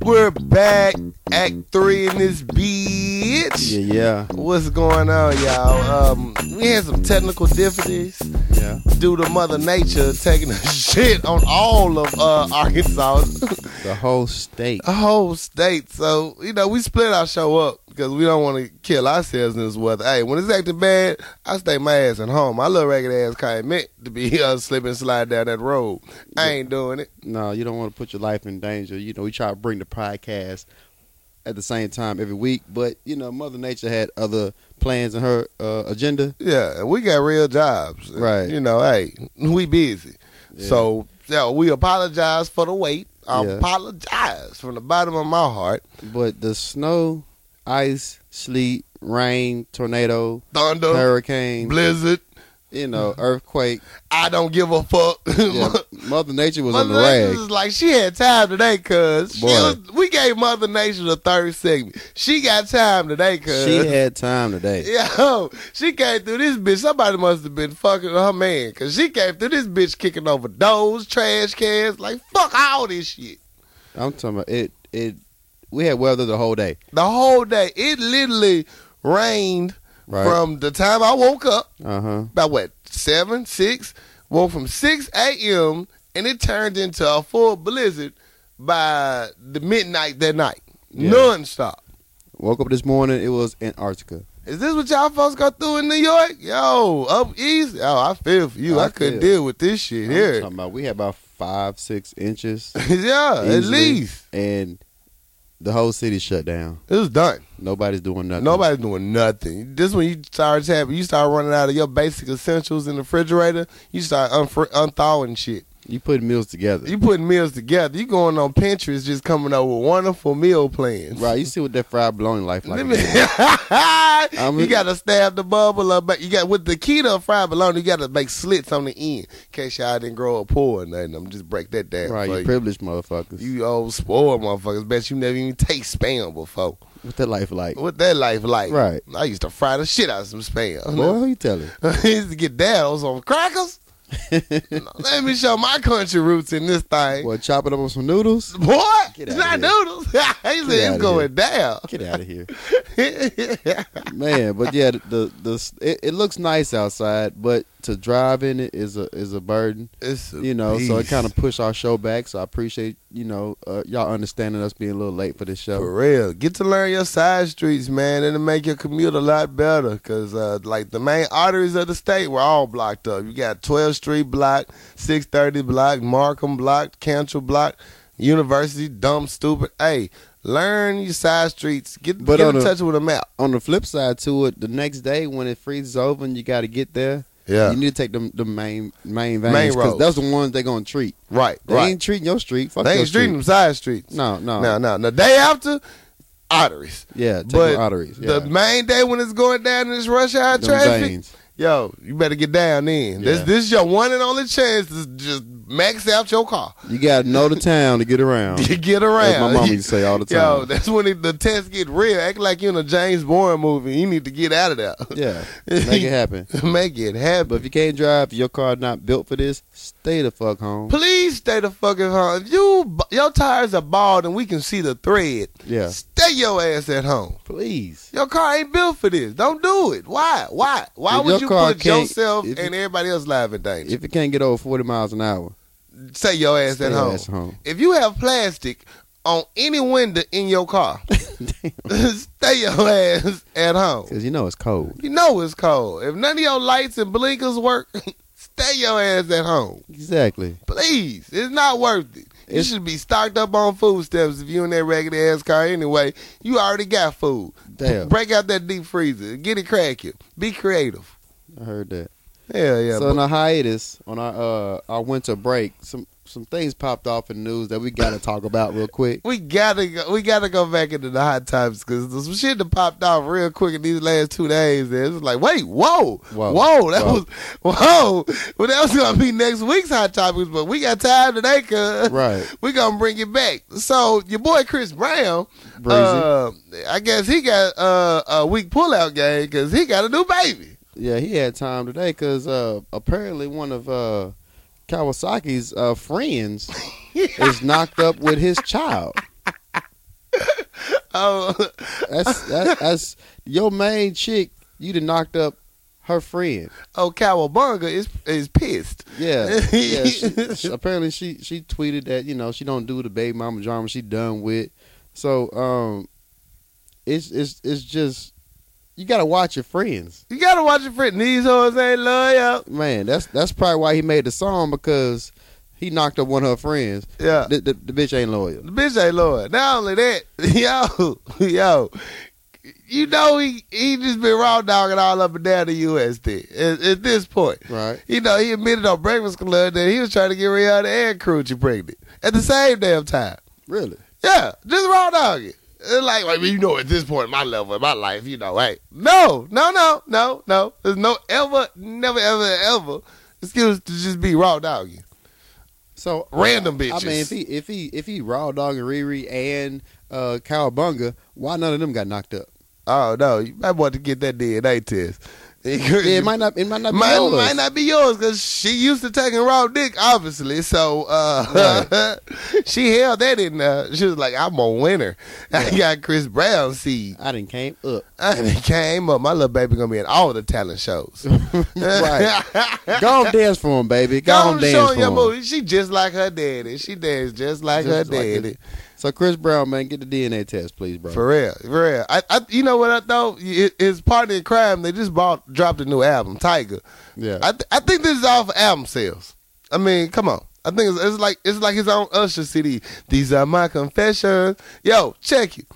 Speaker 2: We're back, Act Three in this bitch.
Speaker 1: Yeah, yeah,
Speaker 2: What's going on, y'all? Um, we had some technical difficulties
Speaker 1: yeah.
Speaker 2: due to Mother Nature taking a shit on all of uh, Arkansas,
Speaker 1: The whole state.
Speaker 2: a whole state. So you know, we split our show up because we don't want to kill ourselves in this weather. Hey, when it's acting bad, I stay my ass at home. My little ragged ass kind of meant to be uh, slip and slide down that road. I ain't doing it.
Speaker 1: No, you don't want to put your life in danger. You know, we try to bring the podcast at the same time every week, but you know, Mother Nature had other plans in her uh, agenda.
Speaker 2: Yeah, and we got real jobs.
Speaker 1: Right.
Speaker 2: You know, hey, we busy.
Speaker 1: Yeah.
Speaker 2: So, yeah, we apologize for the wait. I
Speaker 1: Yeah.
Speaker 2: apologize from the bottom of my heart.
Speaker 1: But the snow, ice, sleet, rain, tornado,
Speaker 2: Thunder,
Speaker 1: hurricane,
Speaker 2: blizzard,
Speaker 1: you know, earthquake.
Speaker 2: I don't give a fuck.
Speaker 1: Yeah, Mother Nature was on the
Speaker 2: Mother Nature
Speaker 1: rag.
Speaker 2: was like, she had time today, cuz. She
Speaker 1: Boy.
Speaker 2: was, we gave Mother Nature the third segment. She got time today, cuz.
Speaker 1: She had time today.
Speaker 2: Yo, she came through this bitch. Somebody must have been fucking her man, cause she came through this bitch kicking over doors, trash cans, like fuck all this shit.
Speaker 1: I'm talking about it. It we had weather the whole day.
Speaker 2: The whole day, it literally rained
Speaker 1: Right.
Speaker 2: from the time I woke up,
Speaker 1: Uh huh.
Speaker 2: about what seven, six, woke from six a.m. and it turned into a full blizzard by the midnight that night,
Speaker 1: Yeah.
Speaker 2: nonstop.
Speaker 1: Woke up this morning. It was Antarctica.
Speaker 2: Is this what y'all folks go through in New York? Yo, up east. Oh, I feel for you. I,
Speaker 1: I
Speaker 2: couldn't
Speaker 1: feel.
Speaker 2: deal with this shit
Speaker 1: I'm
Speaker 2: here.
Speaker 1: talking about we had about five six inches.
Speaker 2: yeah, at
Speaker 1: Easily.
Speaker 2: least
Speaker 1: and the whole city shut down.
Speaker 2: it was done.
Speaker 1: Nobody's doing nothing.
Speaker 2: Nobody's doing nothing. This when you start tapping, you start running out of your basic essentials in the refrigerator. You start unfr- unthawing shit.
Speaker 1: You put meals together,
Speaker 2: You putting meals together. You going on Pinterest, just coming up with wonderful meal plans.
Speaker 1: right? You see what that fried bologna life like?
Speaker 2: Let
Speaker 1: is.
Speaker 2: me-
Speaker 1: I'm-
Speaker 2: you gotta stab the bubble up. You got with the keto fried bologna. You gotta make slits on the end. In case y'all didn't grow up poor or nothing, I'm just break that down.
Speaker 1: right,
Speaker 2: for
Speaker 1: you
Speaker 2: you.
Speaker 1: privileged motherfuckers.
Speaker 2: You old spoiled motherfuckers. Bet you never even taste spam before.
Speaker 1: what that life like?
Speaker 2: What that life like?
Speaker 1: Right.
Speaker 2: I used to fry the shit out of some spam.
Speaker 1: Boy, who you telling?
Speaker 2: I used to get that on some crackers. No, Let me show my country roots in this thing.
Speaker 1: Boy, chop it up on some noodles.
Speaker 2: Boy,
Speaker 1: Get
Speaker 2: it's
Speaker 1: outta
Speaker 2: not noodles. he said
Speaker 1: outta
Speaker 2: it's going down.
Speaker 1: Get out of here, man. But yeah, the the it, it looks nice outside, but to drive in it is a is a burden.
Speaker 2: It's a
Speaker 1: you know, so it
Speaker 2: beast.
Speaker 1: kind of pushed our show back. So I appreciate you know uh, y'all understanding us being a little late for this show.
Speaker 2: For real. Get to learn your side streets, man. It'll make your commute a lot better. Cause uh, like the main arteries of the state were all blocked up. You got 12th Street block, 630 block, Markham block, Cantrell block, University, dumb, stupid. Hey, learn your side streets. Get,
Speaker 1: But
Speaker 2: get
Speaker 1: on
Speaker 2: in
Speaker 1: a-
Speaker 2: touch with a map.
Speaker 1: On the flip side to it, the next day when it freezes over and you got to get there,
Speaker 2: Yeah.
Speaker 1: you need to take them the main
Speaker 2: Main
Speaker 1: main veins because
Speaker 2: roads.
Speaker 1: that's the ones they're gonna treat.
Speaker 2: right,
Speaker 1: They
Speaker 2: right.
Speaker 1: ain't treating your street. Fuck
Speaker 2: they
Speaker 1: your
Speaker 2: ain't treating
Speaker 1: street.
Speaker 2: them side streets.
Speaker 1: No, no,
Speaker 2: No, no. The day after, arteries.
Speaker 1: Yeah, take
Speaker 2: But
Speaker 1: your arteries. Yeah.
Speaker 2: The main day when it's going down in this rush hour
Speaker 1: Them
Speaker 2: traffic,
Speaker 1: veins.
Speaker 2: yo, you better get down then. This
Speaker 1: Yeah.
Speaker 2: this is your one and only chance to just max out your car.
Speaker 1: You gotta know the town to get around.
Speaker 2: You get
Speaker 1: As
Speaker 2: around.
Speaker 1: Oh. my mom used to say all the
Speaker 2: Yo,
Speaker 1: time.
Speaker 2: that's when it, the tests get real. Act like you're in a James Bond movie. You need to get out of there.
Speaker 1: yeah, make it happen.
Speaker 2: Make it happen.
Speaker 1: But if you can't drive, your car not built for this. Stay the fuck home.
Speaker 2: Please stay the fuck at home. If you b- your tires are bald and we can see the thread,
Speaker 1: Yeah,
Speaker 2: stay your ass at home.
Speaker 1: please.
Speaker 2: Your car ain't built for this. Don't do it. Why? Why? Why
Speaker 1: If
Speaker 2: would
Speaker 1: your
Speaker 2: you
Speaker 1: car
Speaker 2: put
Speaker 1: can't-
Speaker 2: yourself
Speaker 1: if
Speaker 2: and
Speaker 1: you-
Speaker 2: everybody else life in danger?
Speaker 1: If it can't get over forty miles an hour,
Speaker 2: stay your ass
Speaker 1: stay
Speaker 2: at
Speaker 1: your
Speaker 2: home.
Speaker 1: ass home.
Speaker 2: If you have plastic on any window in your car, stay your ass at home.
Speaker 1: Cause you know it's cold.
Speaker 2: You know it's cold. If none of your lights and blinkers work, stay your ass at home.
Speaker 1: Exactly.
Speaker 2: Please, it's not worth it. You
Speaker 1: It's-
Speaker 2: should be stocked up on food stamps if you in that ragged ass car anyway. You already got food.
Speaker 1: Damn.
Speaker 2: Break out that deep freezer. Get it cracking. Be creative.
Speaker 1: I heard that.
Speaker 2: Hell yeah.
Speaker 1: so on
Speaker 2: bro.
Speaker 1: our hiatus, on our uh, our winter break, some some things popped off in the news that we got to talk about real quick.
Speaker 2: We gotta go, we gotta go back into the hot topics because there's some shit that popped off real quick in these last two days. It was like, wait, whoa, whoa,
Speaker 1: Whoa.
Speaker 2: that
Speaker 1: Whoa.
Speaker 2: was whoa. Well, that was gonna be next week's hot topics, but we got time today, cause
Speaker 1: Right,
Speaker 2: we gonna bring it back. So your boy Chris Brown,
Speaker 1: breezy.
Speaker 2: uh, I guess he got uh, a weak pullout game because he got a new baby.
Speaker 1: yeah, he had time today because uh, apparently one of uh, Kawasaki's uh, friends is knocked up with his child.
Speaker 2: Oh,
Speaker 1: That's that, that's your main chick. You done knocked up her friend.
Speaker 2: oh, Cowabunga is is pissed.
Speaker 1: Yeah, yeah. she- she- apparently, she she tweeted that you know she don't do the baby mama drama. She done with. So um, it's it's it's just you gotta watch your friends,
Speaker 2: You gotta watch your friend. These hoes ain't loyal.
Speaker 1: man. That's that's probably why he made the song because he knocked up one of her friends.
Speaker 2: Yeah.
Speaker 1: The, the, the bitch ain't loyal.
Speaker 2: The bitch ain't Lord. Not only that, yo, yo, you know he he just been raw dogging all up and down the U.S. then, At, at this point,
Speaker 1: Right.
Speaker 2: you know he admitted on Breakfast Club that he was trying to get Rihanna and Crucci pregnant at the same damn time.
Speaker 1: Really.
Speaker 2: Yeah, just raw dogging. It's like, I mean, you know, at this point in my level, in my life, you know, hey, no, no, no, no, no. There's no ever, never, ever, ever excuse to just be raw dogging.
Speaker 1: So
Speaker 2: Random
Speaker 1: I
Speaker 2: bitches.
Speaker 1: mean, if he if he if he raw dog and Riri and uh, Cowabunga, why none of them got knocked up?
Speaker 2: Oh no, you might want to get that DNA test.
Speaker 1: Yeah, it might not. It might not. Be
Speaker 2: might,
Speaker 1: yours.
Speaker 2: might not be yours because she used to taking raw dick, obviously. So uh, she held that in there. She was like, "I'm a winner. I got Chris Brown seed.
Speaker 1: I didn't came up.
Speaker 2: I done came up. My little baby gonna be in all the talent shows.
Speaker 1: right. Go on dance for him, baby. Go,
Speaker 2: Go
Speaker 1: on
Speaker 2: on, show
Speaker 1: dance
Speaker 2: him your
Speaker 1: for him.
Speaker 2: movie. She just like her daddy. She danced just like
Speaker 1: Just
Speaker 2: her
Speaker 1: like
Speaker 2: daddy.
Speaker 1: his- So Chris Brown, man, get the DNA test, please, bro.
Speaker 2: For real, for real. I, I, you know what I thought? Hi- His partner in crime. They just bought, dropped a new album, Tiger.
Speaker 1: yeah.
Speaker 2: I, th- I think this is all for album sales. I mean, come on. I think it's, it's like it's like his own Usher CD. These are my confessions. Yo, check it.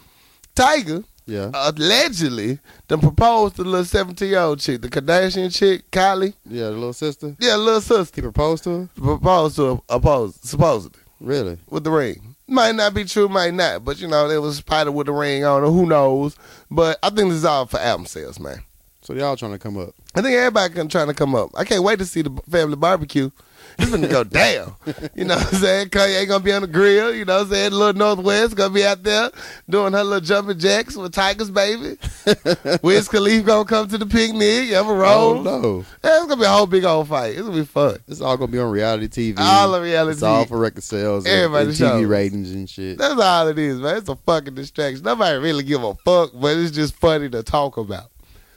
Speaker 2: Tiger
Speaker 1: yeah.
Speaker 2: allegedly done proposed to the little seventeen year old chick, the Kardashian chick, Kylie.
Speaker 1: yeah, the little sister.
Speaker 2: Yeah, little sister
Speaker 1: He proposed to her?
Speaker 2: proposed to her, opposed, supposedly
Speaker 1: Really?
Speaker 2: with the ring. Might not be true, might not, but you know there was spider with the ring on. her. Who knows? But I think this is all for album sales, man.
Speaker 1: So y'all trying to come up.
Speaker 2: I think everybody can trying to come up. I can't wait to see the family barbecue. It's gonna go down. You know what I'm saying? Kanye gonna be on the grill, you know what I'm saying? Little Northwest gonna be out there doing her little jumping jacks with Tiger's baby. Wiz Khalif gonna come to the picnic, Ever
Speaker 1: Oh,
Speaker 2: Roll.
Speaker 1: no.
Speaker 2: Yeah, it's gonna be a whole big old fight. It's gonna be fun.
Speaker 1: It's all going to be on reality TV.
Speaker 2: All of reality.
Speaker 1: It's all for record sales and,
Speaker 2: Everybody
Speaker 1: and TV
Speaker 2: shows.
Speaker 1: ratings and shit.
Speaker 2: That's all it is, man. It's a fucking distraction. Nobody really give a fuck, but it's just funny to talk about.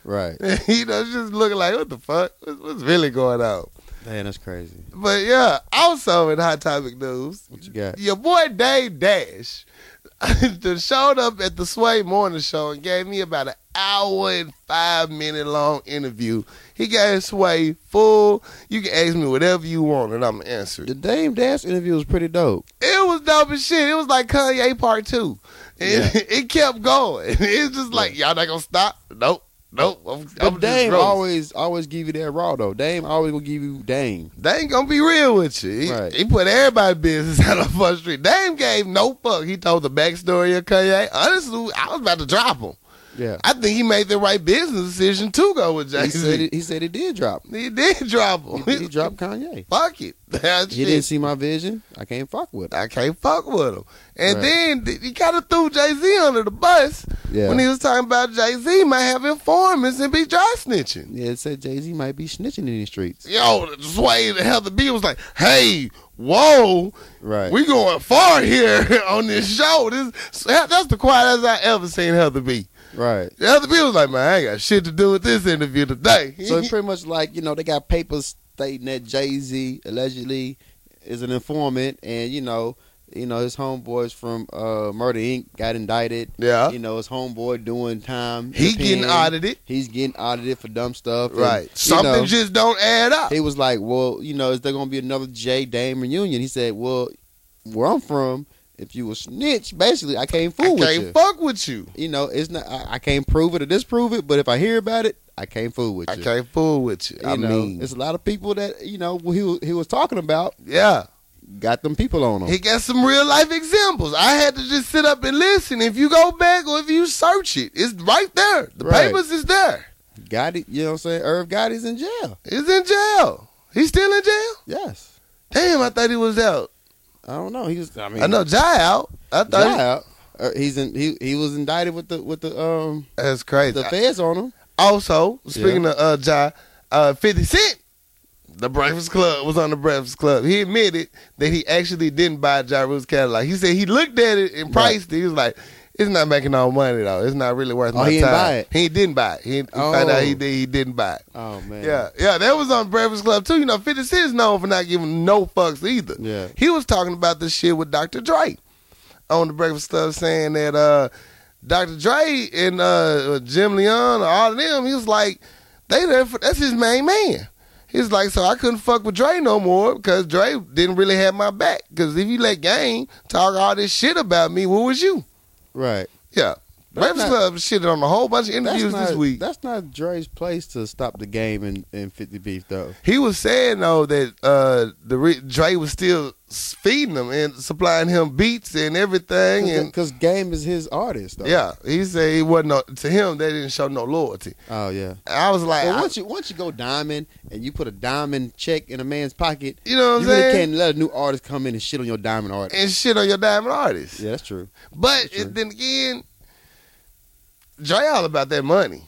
Speaker 1: Right.
Speaker 2: you know, it's just looking like what the fuck? What's, what's really going on?
Speaker 1: Man, that's crazy.
Speaker 2: But yeah, also in hot topic news,
Speaker 1: What you got?
Speaker 2: your boy Dave Dash done showed up at the Sway Morning Show and gave me about an hour and five minute long interview. He gave Sway full. You can ask me whatever you want and I'm answering.
Speaker 1: The Dame Dash interview was pretty dope.
Speaker 2: It was dope as shit. It was like Kanye Part Two. It,
Speaker 1: Yeah.
Speaker 2: it kept going. It's just like y'all not gonna stop. Nope. Nope. I'm,
Speaker 1: But
Speaker 2: I'm just
Speaker 1: Dame
Speaker 2: gross.
Speaker 1: always always give you that raw, though. Dame always will give you Dame.
Speaker 2: They ain't gonna be real with you. He,
Speaker 1: Right.
Speaker 2: he put everybody's business out on front street. Dame gave no fuck. He told the backstory of Kanye. Honestly, I was about to drop him.
Speaker 1: Yeah.
Speaker 2: I think he made the right business decision to go with Jay
Speaker 1: He said
Speaker 2: Z.
Speaker 1: he, he said he did drop.
Speaker 2: He, did drop
Speaker 1: He,
Speaker 2: him.
Speaker 1: he dropped Kanye.
Speaker 2: Fuck it. That
Speaker 1: He
Speaker 2: shit.
Speaker 1: didn't see my vision. I can't fuck with it.
Speaker 2: I can't fuck with him. And
Speaker 1: Right.
Speaker 2: then th- he kind of threw Jay Z under the bus
Speaker 1: Yeah.
Speaker 2: when he was talking about Jay Z might have informants and be dry snitching.
Speaker 1: yeah, it said Jay Z might be snitching in these streets.
Speaker 2: Yo, Sway and Heather B was like, hey, whoa.
Speaker 1: Right.
Speaker 2: We going far here on this show. This that's the quietest I ever seen Heather B.
Speaker 1: right.
Speaker 2: Heather B was like, man, I ain't got shit to do with this interview today.
Speaker 1: So it's pretty much like, you know, they got papers stating that Jay Z allegedly is an informant and, you know, you know, his homeboys from uh, Murder Inc. got indicted.
Speaker 2: yeah,
Speaker 1: You know, his homeboy doing time.
Speaker 2: he
Speaker 1: in
Speaker 2: getting
Speaker 1: pen.
Speaker 2: audited,
Speaker 1: He's getting audited for dumb stuff. and,
Speaker 2: right?
Speaker 1: you
Speaker 2: Something
Speaker 1: know,
Speaker 2: just don't add up.
Speaker 1: he was like, "Well, you know, is there gonna be another J Dame reunion?" He said, "Well, where I'm from, if you a snitch, basically, I can't
Speaker 2: I
Speaker 1: fool with
Speaker 2: can't
Speaker 1: you.
Speaker 2: fuck with you.
Speaker 1: you know, it's not. I, I can't prove it or disprove it, but if I hear about it, I can't fool with
Speaker 2: I
Speaker 1: you.
Speaker 2: can't fool with you.
Speaker 1: You
Speaker 2: I
Speaker 1: know,
Speaker 2: mean,
Speaker 1: it's a lot of people that you know who he was, he was talking about.
Speaker 2: yeah,
Speaker 1: got them people on them.
Speaker 2: He got some real life examples. I had to just sit up and listen. If you go back or if you search it, it's right there. The
Speaker 1: Right.
Speaker 2: papers is there.
Speaker 1: Gotti, you know what I'm saying? Irv Gotti's in jail.
Speaker 2: He's in jail. He's still in jail.
Speaker 1: Yes.
Speaker 2: Damn, I thought he was out.
Speaker 1: I don't know. He was. I mean,
Speaker 2: I know Jai out. I thought he-
Speaker 1: Yeah. Uh, he's in. He he was indicted with the with the um
Speaker 2: that's crazy.
Speaker 1: the feds on him.
Speaker 2: Also, speaking of uh, Jai, uh, 50 Cent, the Breakfast Club was on the Breakfast Club. He admitted that he actually didn't buy Ja Rule's catalog. He said he looked at it and priced it. He was like, it's not making no money though. It's not really worth
Speaker 1: Oh,
Speaker 2: my
Speaker 1: he didn't
Speaker 2: time.
Speaker 1: buy it?
Speaker 2: He didn't buy it. He, he found out he,
Speaker 1: Oh.
Speaker 2: did, he didn't buy it.
Speaker 1: Oh man.
Speaker 2: Yeah, yeah, that was on Breakfast Club too. You know, 50 Cent is known for not giving no fucks either.
Speaker 1: Yeah.
Speaker 2: He was talking about this shit with Dr. Dre on the Breakfast Club saying that uh, Dr. Dre and uh, Jim Leon or all of them, he was like, they there for, that's his main man. He's like, so I couldn't fuck with Dre no more because Dre didn't really have my back. Because if you let Gang talk all this shit about me, who was you?
Speaker 1: Right.
Speaker 2: Yeah.
Speaker 1: That's
Speaker 2: Breakfast
Speaker 1: not-
Speaker 2: Club shitted on a whole bunch of
Speaker 1: That's
Speaker 2: interviews
Speaker 1: not,
Speaker 2: this week.
Speaker 1: That's not Dre's place to stop the game in, in 50 beef though.
Speaker 2: He was saying though that uh, the re- Dre was still s- feeding him and supplying him beats and everything, and
Speaker 1: Because game is his artist. Though.
Speaker 2: yeah, he said he wasn't no, to him. They didn't show no loyalty.
Speaker 1: Oh yeah.
Speaker 2: I was like,
Speaker 1: Well,
Speaker 2: I-
Speaker 1: once you once you go diamond and you put a diamond check in a man's pocket,
Speaker 2: you know what I'm
Speaker 1: you really
Speaker 2: saying?
Speaker 1: can't let a new artist come in and shit on your diamond artist.
Speaker 2: and shit on your diamond artist.
Speaker 1: Yeah, that's true.
Speaker 2: But
Speaker 1: Sure.
Speaker 2: it, then again, Dre all about that money.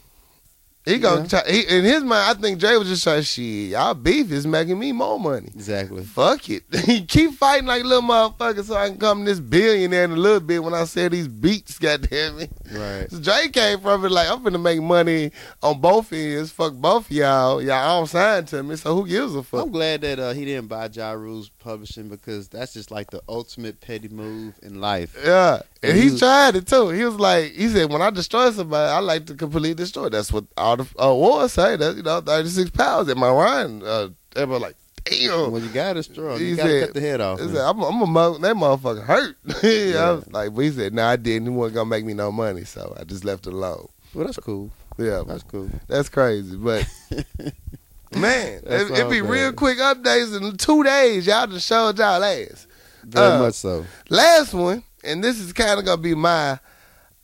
Speaker 2: He gonna try. He, in his mind, I think Dre was just like, shit, y'all beef is making me more money.
Speaker 1: Exactly.
Speaker 2: Fuck it. Keep fighting like little motherfucker so I can come this billionaire in a little bit when I sell these beats, goddamn it.
Speaker 1: Right.
Speaker 2: So Drake came from it like I'm finna make money on both ends. Fuck both of y'all. Y'all all signed to me, so who gives a fuck?
Speaker 1: I'm glad that uh, he didn't buy Ja Rule's publishing because that's just like the ultimate petty move in life.
Speaker 2: Yeah. And
Speaker 1: He
Speaker 2: he
Speaker 1: was-
Speaker 2: tried it too. He was like, he said, when I destroy somebody, I like to completely destroy. That's what all the uh, wars say. That's you know, 36 pounds in my wine. Uh, everybody like, damn.
Speaker 1: Well, you got to destroy him.
Speaker 2: He
Speaker 1: You got to
Speaker 2: said-
Speaker 1: cut the head off.
Speaker 2: He
Speaker 1: man.
Speaker 2: said, I'm, I'm a mo- that motherfucker hurt. I
Speaker 1: Yeah.
Speaker 2: was like, but he said, no, I didn't. He wasn't gonna make me no money, so I just left it alone.
Speaker 1: Well, that's cool.
Speaker 2: Yeah,
Speaker 1: That's cool.
Speaker 2: that's crazy. But man,
Speaker 1: That's
Speaker 2: it, it be
Speaker 1: all
Speaker 2: real
Speaker 1: bad.
Speaker 2: quick updates in two days. Y'all just showed y'all ass.
Speaker 1: Very
Speaker 2: Uh,
Speaker 1: much so.
Speaker 2: Last one, and this is kind of gonna be my.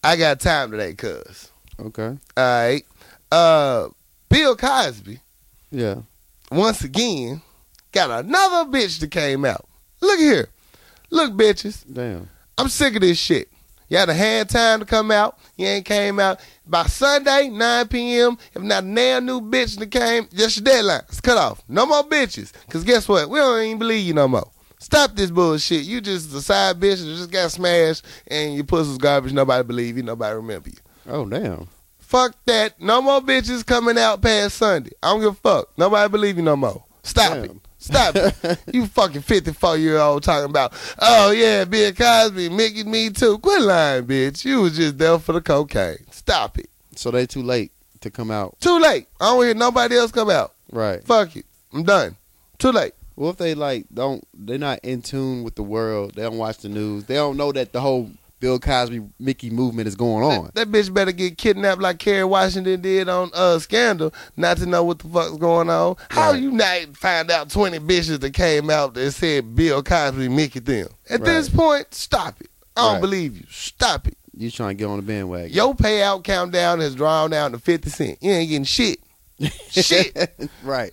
Speaker 2: I got time today, cuz.
Speaker 1: Okay.
Speaker 2: All right, uh, Bill Cosby
Speaker 1: Yeah.
Speaker 2: once again got another bitch that came out. Look here, look bitches.
Speaker 1: Damn.
Speaker 2: I'm sick of this shit. You had a hand time to come out. You ain't came out. By Sunday, 9 p.m., if not a damn new bitch that came, that's your deadline. It's cut off. No more bitches. Because guess what? We don't even believe you no more. Stop this bullshit. You just a side bitch that just got smashed and your pussy's garbage. Nobody believe you. Nobody remember you.
Speaker 1: Oh, damn.
Speaker 2: Fuck that. No more bitches coming out past Sunday. I don't give a fuck. Nobody believe you no more. Stop it.
Speaker 1: Damn.
Speaker 2: Stop it. you fucking 54 year old talking about, oh yeah, Bill Cosby, Mickey, me too. Quit lying, bitch. You was just there for the cocaine. Stop it.
Speaker 1: So they too late to come out.
Speaker 2: Too late. I don't hear nobody else come out.
Speaker 1: Right.
Speaker 2: Fuck it. I'm done. Too late.
Speaker 1: Well, if they like don't, they're not in tune with the world. They don't watch the news. They don't know that the whole Bill Cosby Mickey movement is going on.
Speaker 2: That, that bitch better get kidnapped like Kerry Washington did on uh, Scandal, not to know what the fuck's going on. How
Speaker 1: Right.
Speaker 2: you not find out 20 bitches that came out that said Bill Cosby, Mickey, them? At this point, stop it. I don't
Speaker 1: Right.
Speaker 2: believe you. Stop it.
Speaker 1: You trying to get on the bandwagon?
Speaker 2: Your payout countdown has drawn down to 50 cents. You ain't getting shit. shit.
Speaker 1: Yep. Right.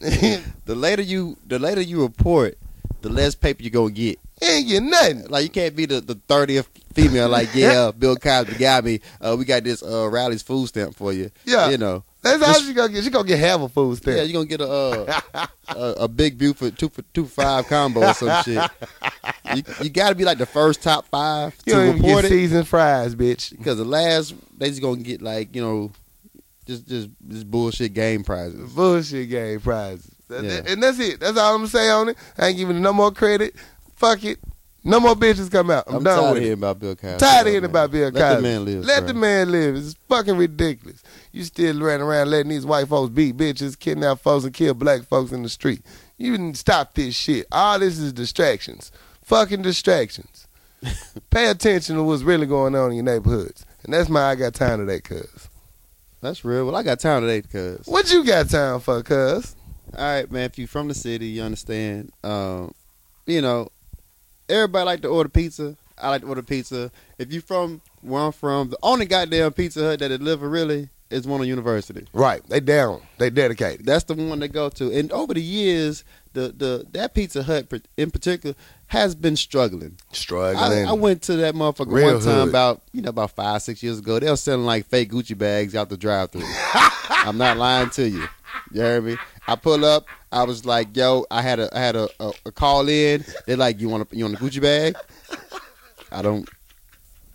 Speaker 1: the later you, the later you report, the less paper you go get.
Speaker 2: You ain't getting nothing.
Speaker 1: Like you can't be the the thirtieth female. Like yeah, Bill Cosby got me. Uh, we got this uh, Riley's food stamp for you.
Speaker 2: Yeah.
Speaker 1: you know.
Speaker 2: That's how
Speaker 1: This-
Speaker 2: she gonna get. She gonna get half a food stamp.
Speaker 1: Yeah, you gonna get a uh, a, a big Buford two for two five combo or some shit. You, you got to be like the first top five
Speaker 2: you
Speaker 1: to
Speaker 2: don't even
Speaker 1: report
Speaker 2: get
Speaker 1: it
Speaker 2: seasoned fries, bitch.
Speaker 1: because the last they just gonna get like you know just just just bullshit game prizes.
Speaker 2: Bullshit game prizes. That- that-
Speaker 1: Yeah.
Speaker 2: And that's it. That's all I'm gonna say on it. I ain't giving it no more credit. Fuck it. No more bitches come out. I'm,
Speaker 1: I'm,
Speaker 2: done
Speaker 1: tired
Speaker 2: with
Speaker 1: of
Speaker 2: it.
Speaker 1: hearing about Bill Cosby.
Speaker 2: Tired
Speaker 1: though,
Speaker 2: of hearing
Speaker 1: man.
Speaker 2: about Bill Cosby.
Speaker 1: Let the man live.
Speaker 2: Let
Speaker 1: bro.
Speaker 2: the man live. It's fucking ridiculous. You still ran around letting these white folks beat bitches, kidnap folks, and kill black folks in the street. You didn't stop this shit. All this is distractions. Fucking distractions. Pay attention to what's really going on in your neighborhoods. And that's my I got time today, cuz.
Speaker 1: That's real. Well, I got time today because
Speaker 2: What you got time for, cuz?
Speaker 1: all right, man. If you from the city, you understand. Um, you know, everybody like to order pizza. I like to order pizza. If you from where I'm from, the only goddamn Pizza Hut that deliver really is one on University.
Speaker 2: Right. They down. They dedicated.
Speaker 1: That's the one they go to. And over the years, the the that Pizza Hut pr- in particular has been struggling. I,
Speaker 2: Struggling.
Speaker 1: I went to that motherfucker
Speaker 2: Real
Speaker 1: one time
Speaker 2: hood.
Speaker 1: about you know about five six years ago. They were selling like fake Gucci bags out the drive through. I'm not lying to you. You hear me? I pull up. I was like, yo, I had a I had a, a, a call in. They're like, you want a you want a Gucci bag? I don't,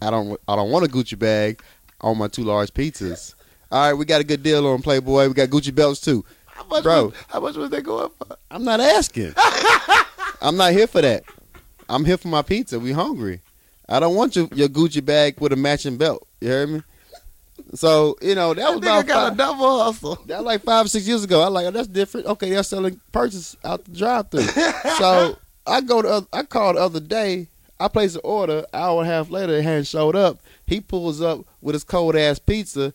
Speaker 1: I don't, I don't want a Gucci bag on my two large pizzas. All right, we got a good deal on Playboy. We got Gucci belts too.
Speaker 2: how, much
Speaker 1: Bro.
Speaker 2: Was, how much was they going for?
Speaker 1: I'm not asking. I'm not here for that. I'm here for my pizza. We hungry. I don't want your, your Gucci bag with a matching belt. You hear me? So you know that was
Speaker 2: That nigga
Speaker 1: about
Speaker 2: got a
Speaker 1: five,
Speaker 2: double hustle.
Speaker 1: that was like five or six years ago. I like oh, that's different. Okay, they're selling purchase out the drive through. so I go to oth- I called the other day. I placed an order. Hour and a half later, it hadn't showed up. He pulls up with his cold ass pizza,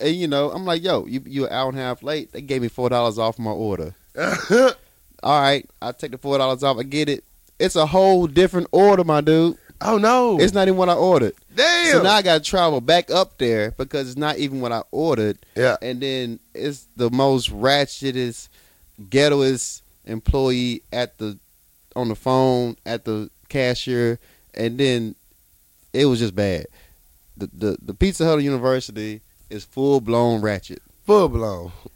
Speaker 1: and you know I'm like, yo, you you an hour and a half late. They gave me four dollars off my order all right, I take the four dollars off. I get it. It's a whole different order, my dude.
Speaker 2: oh no.
Speaker 1: It's not even what I ordered.
Speaker 2: Damn.
Speaker 1: So now I got to travel back up there because it's not even what I ordered.
Speaker 2: yeah.
Speaker 1: And then it's the most ratchetest, ghettoest employee at the on the phone at the cashier, and then it was just bad. The the, the Pizza Hut University is full blown ratchet
Speaker 2: Full blown. Mm-hmm.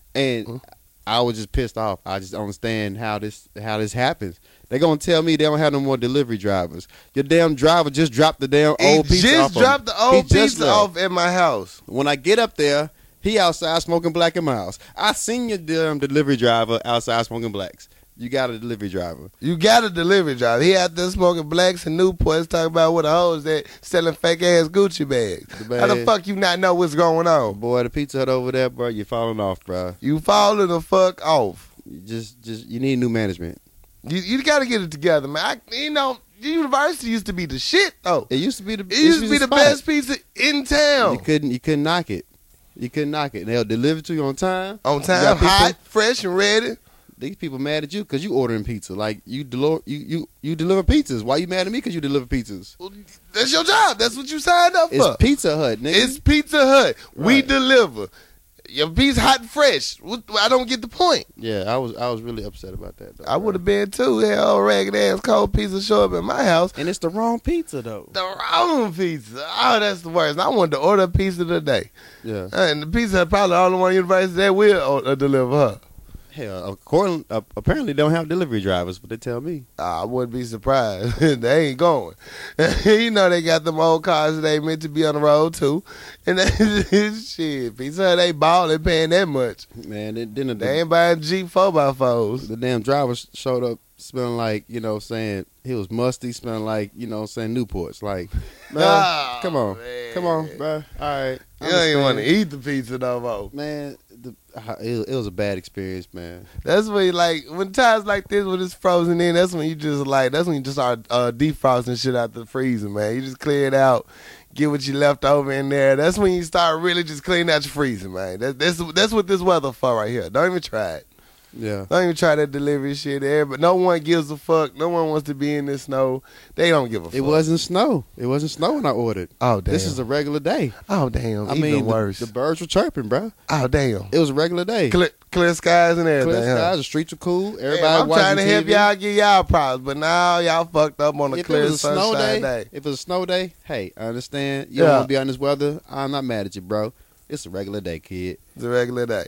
Speaker 1: and I was just pissed off. I just don't understand how this how this happens. They're gonna tell me they don't have no more delivery drivers. Your damn driver just dropped the damn old
Speaker 2: he
Speaker 1: pizza
Speaker 2: just
Speaker 1: off. on
Speaker 2: dropped
Speaker 1: me.
Speaker 2: the old
Speaker 1: He just
Speaker 2: pizza
Speaker 1: left.
Speaker 2: off at my house.
Speaker 1: When I get up there, he outside smoking black and miles. I seen your damn delivery driver outside smoking blacks. You got a delivery driver.
Speaker 2: You got a delivery job. He out there smoking blacks and Newports, talking about what the hoes that selling fake ass Gucci bags.
Speaker 1: The
Speaker 2: How the
Speaker 1: bag.
Speaker 2: fuck you not know what's going on?
Speaker 1: Boy, the pizza hut over there, bro, you're falling off, bro.
Speaker 2: You falling the fuck off.
Speaker 1: You just just you need new management.
Speaker 2: You, you got to get it together, man. I, you know, the university used to be the shit though.
Speaker 1: It used to be the
Speaker 2: It used to be the
Speaker 1: spot.
Speaker 2: best pizza in town.
Speaker 1: You couldn't you couldn't knock it. You couldn't knock it. They'll deliver to you on time.
Speaker 2: On
Speaker 1: got
Speaker 2: time,
Speaker 1: people-
Speaker 2: hot, fresh, and ready.
Speaker 1: these people mad at you because you ordering pizza. Like you deliver, you you you deliver pizzas. Why you mad at me because you deliver pizzas?
Speaker 2: Well, That's your job. That's what you signed up
Speaker 1: It's
Speaker 2: for.
Speaker 1: Pizza Hut, nigga.
Speaker 2: It's Pizza Hut. We
Speaker 1: Right.
Speaker 2: deliver. Your pizza hot and fresh. What- I don't get the point.
Speaker 1: yeah, I was I was really upset about that. Though,
Speaker 2: I would have been too. Hell, old ragged ass cold pizza show up at my house.
Speaker 1: and it's the wrong pizza though.
Speaker 2: The wrong pizza. Oh, that's the worst. I wanted to order a pizza today, Uh,
Speaker 1: Yeah,
Speaker 2: and the pizza Hut probably the only one university that will o- uh, deliver her.
Speaker 1: hell, according uh, apparently don't have delivery drivers, but they tell me
Speaker 2: I wouldn't be surprised. they ain't going. you know they got them old cars that ain't meant to be on the road too. And that, shit, Pizza Hut ain't balling paying that much.
Speaker 1: man. Then, then the,
Speaker 2: They ain't buying Jeep four by fours.
Speaker 1: the damn driver sh- showed up smelling like you know saying he was musty, smelling like you know saying Newports. Like, man,
Speaker 2: Oh,
Speaker 1: come on,
Speaker 2: man.
Speaker 1: come on, bro. All right,
Speaker 2: You don't even want to
Speaker 1: Understand.
Speaker 2: eat the pizza no more.
Speaker 1: Man, the, uh, it, it was a bad experience, man.
Speaker 2: That's when you like when times like this when it's frozen in. That's when you just like that's when you just start uh, defrosting shit out the freezer, man. You just clear it out, get what you left over in there. That's when you start really just cleaning out your freezer, man. That, that's that's what this weather for right here. Don't even try it.
Speaker 1: Yeah.
Speaker 2: Don't even try that delivery shit there. But no one gives a fuck. No one wants to be in this snow. They don't give a fuck.
Speaker 1: It wasn't snow. It wasn't snow when I ordered.
Speaker 2: Oh damn.
Speaker 1: This is a regular day.
Speaker 2: oh damn.
Speaker 1: I
Speaker 2: even
Speaker 1: mean, the-
Speaker 2: worse.
Speaker 1: The, birds were chirping, bro.
Speaker 2: oh damn.
Speaker 1: It was a regular day.
Speaker 2: Clear, clear skies and everything.
Speaker 1: Clear
Speaker 2: huh?
Speaker 1: skies, the streets were cool. Everybody
Speaker 2: Damn, I'm
Speaker 1: watching
Speaker 2: trying to help
Speaker 1: TV.
Speaker 2: y'all get y'all props, but now y'all fucked up on a
Speaker 1: If it
Speaker 2: clear
Speaker 1: was a snow day,
Speaker 2: sunshine day.
Speaker 1: if it was a snow day, hey, I understand. You
Speaker 2: Yeah.
Speaker 1: don't want to be on this weather. I'm not mad at you, bro. It's a regular day, kid.
Speaker 2: It's a regular day.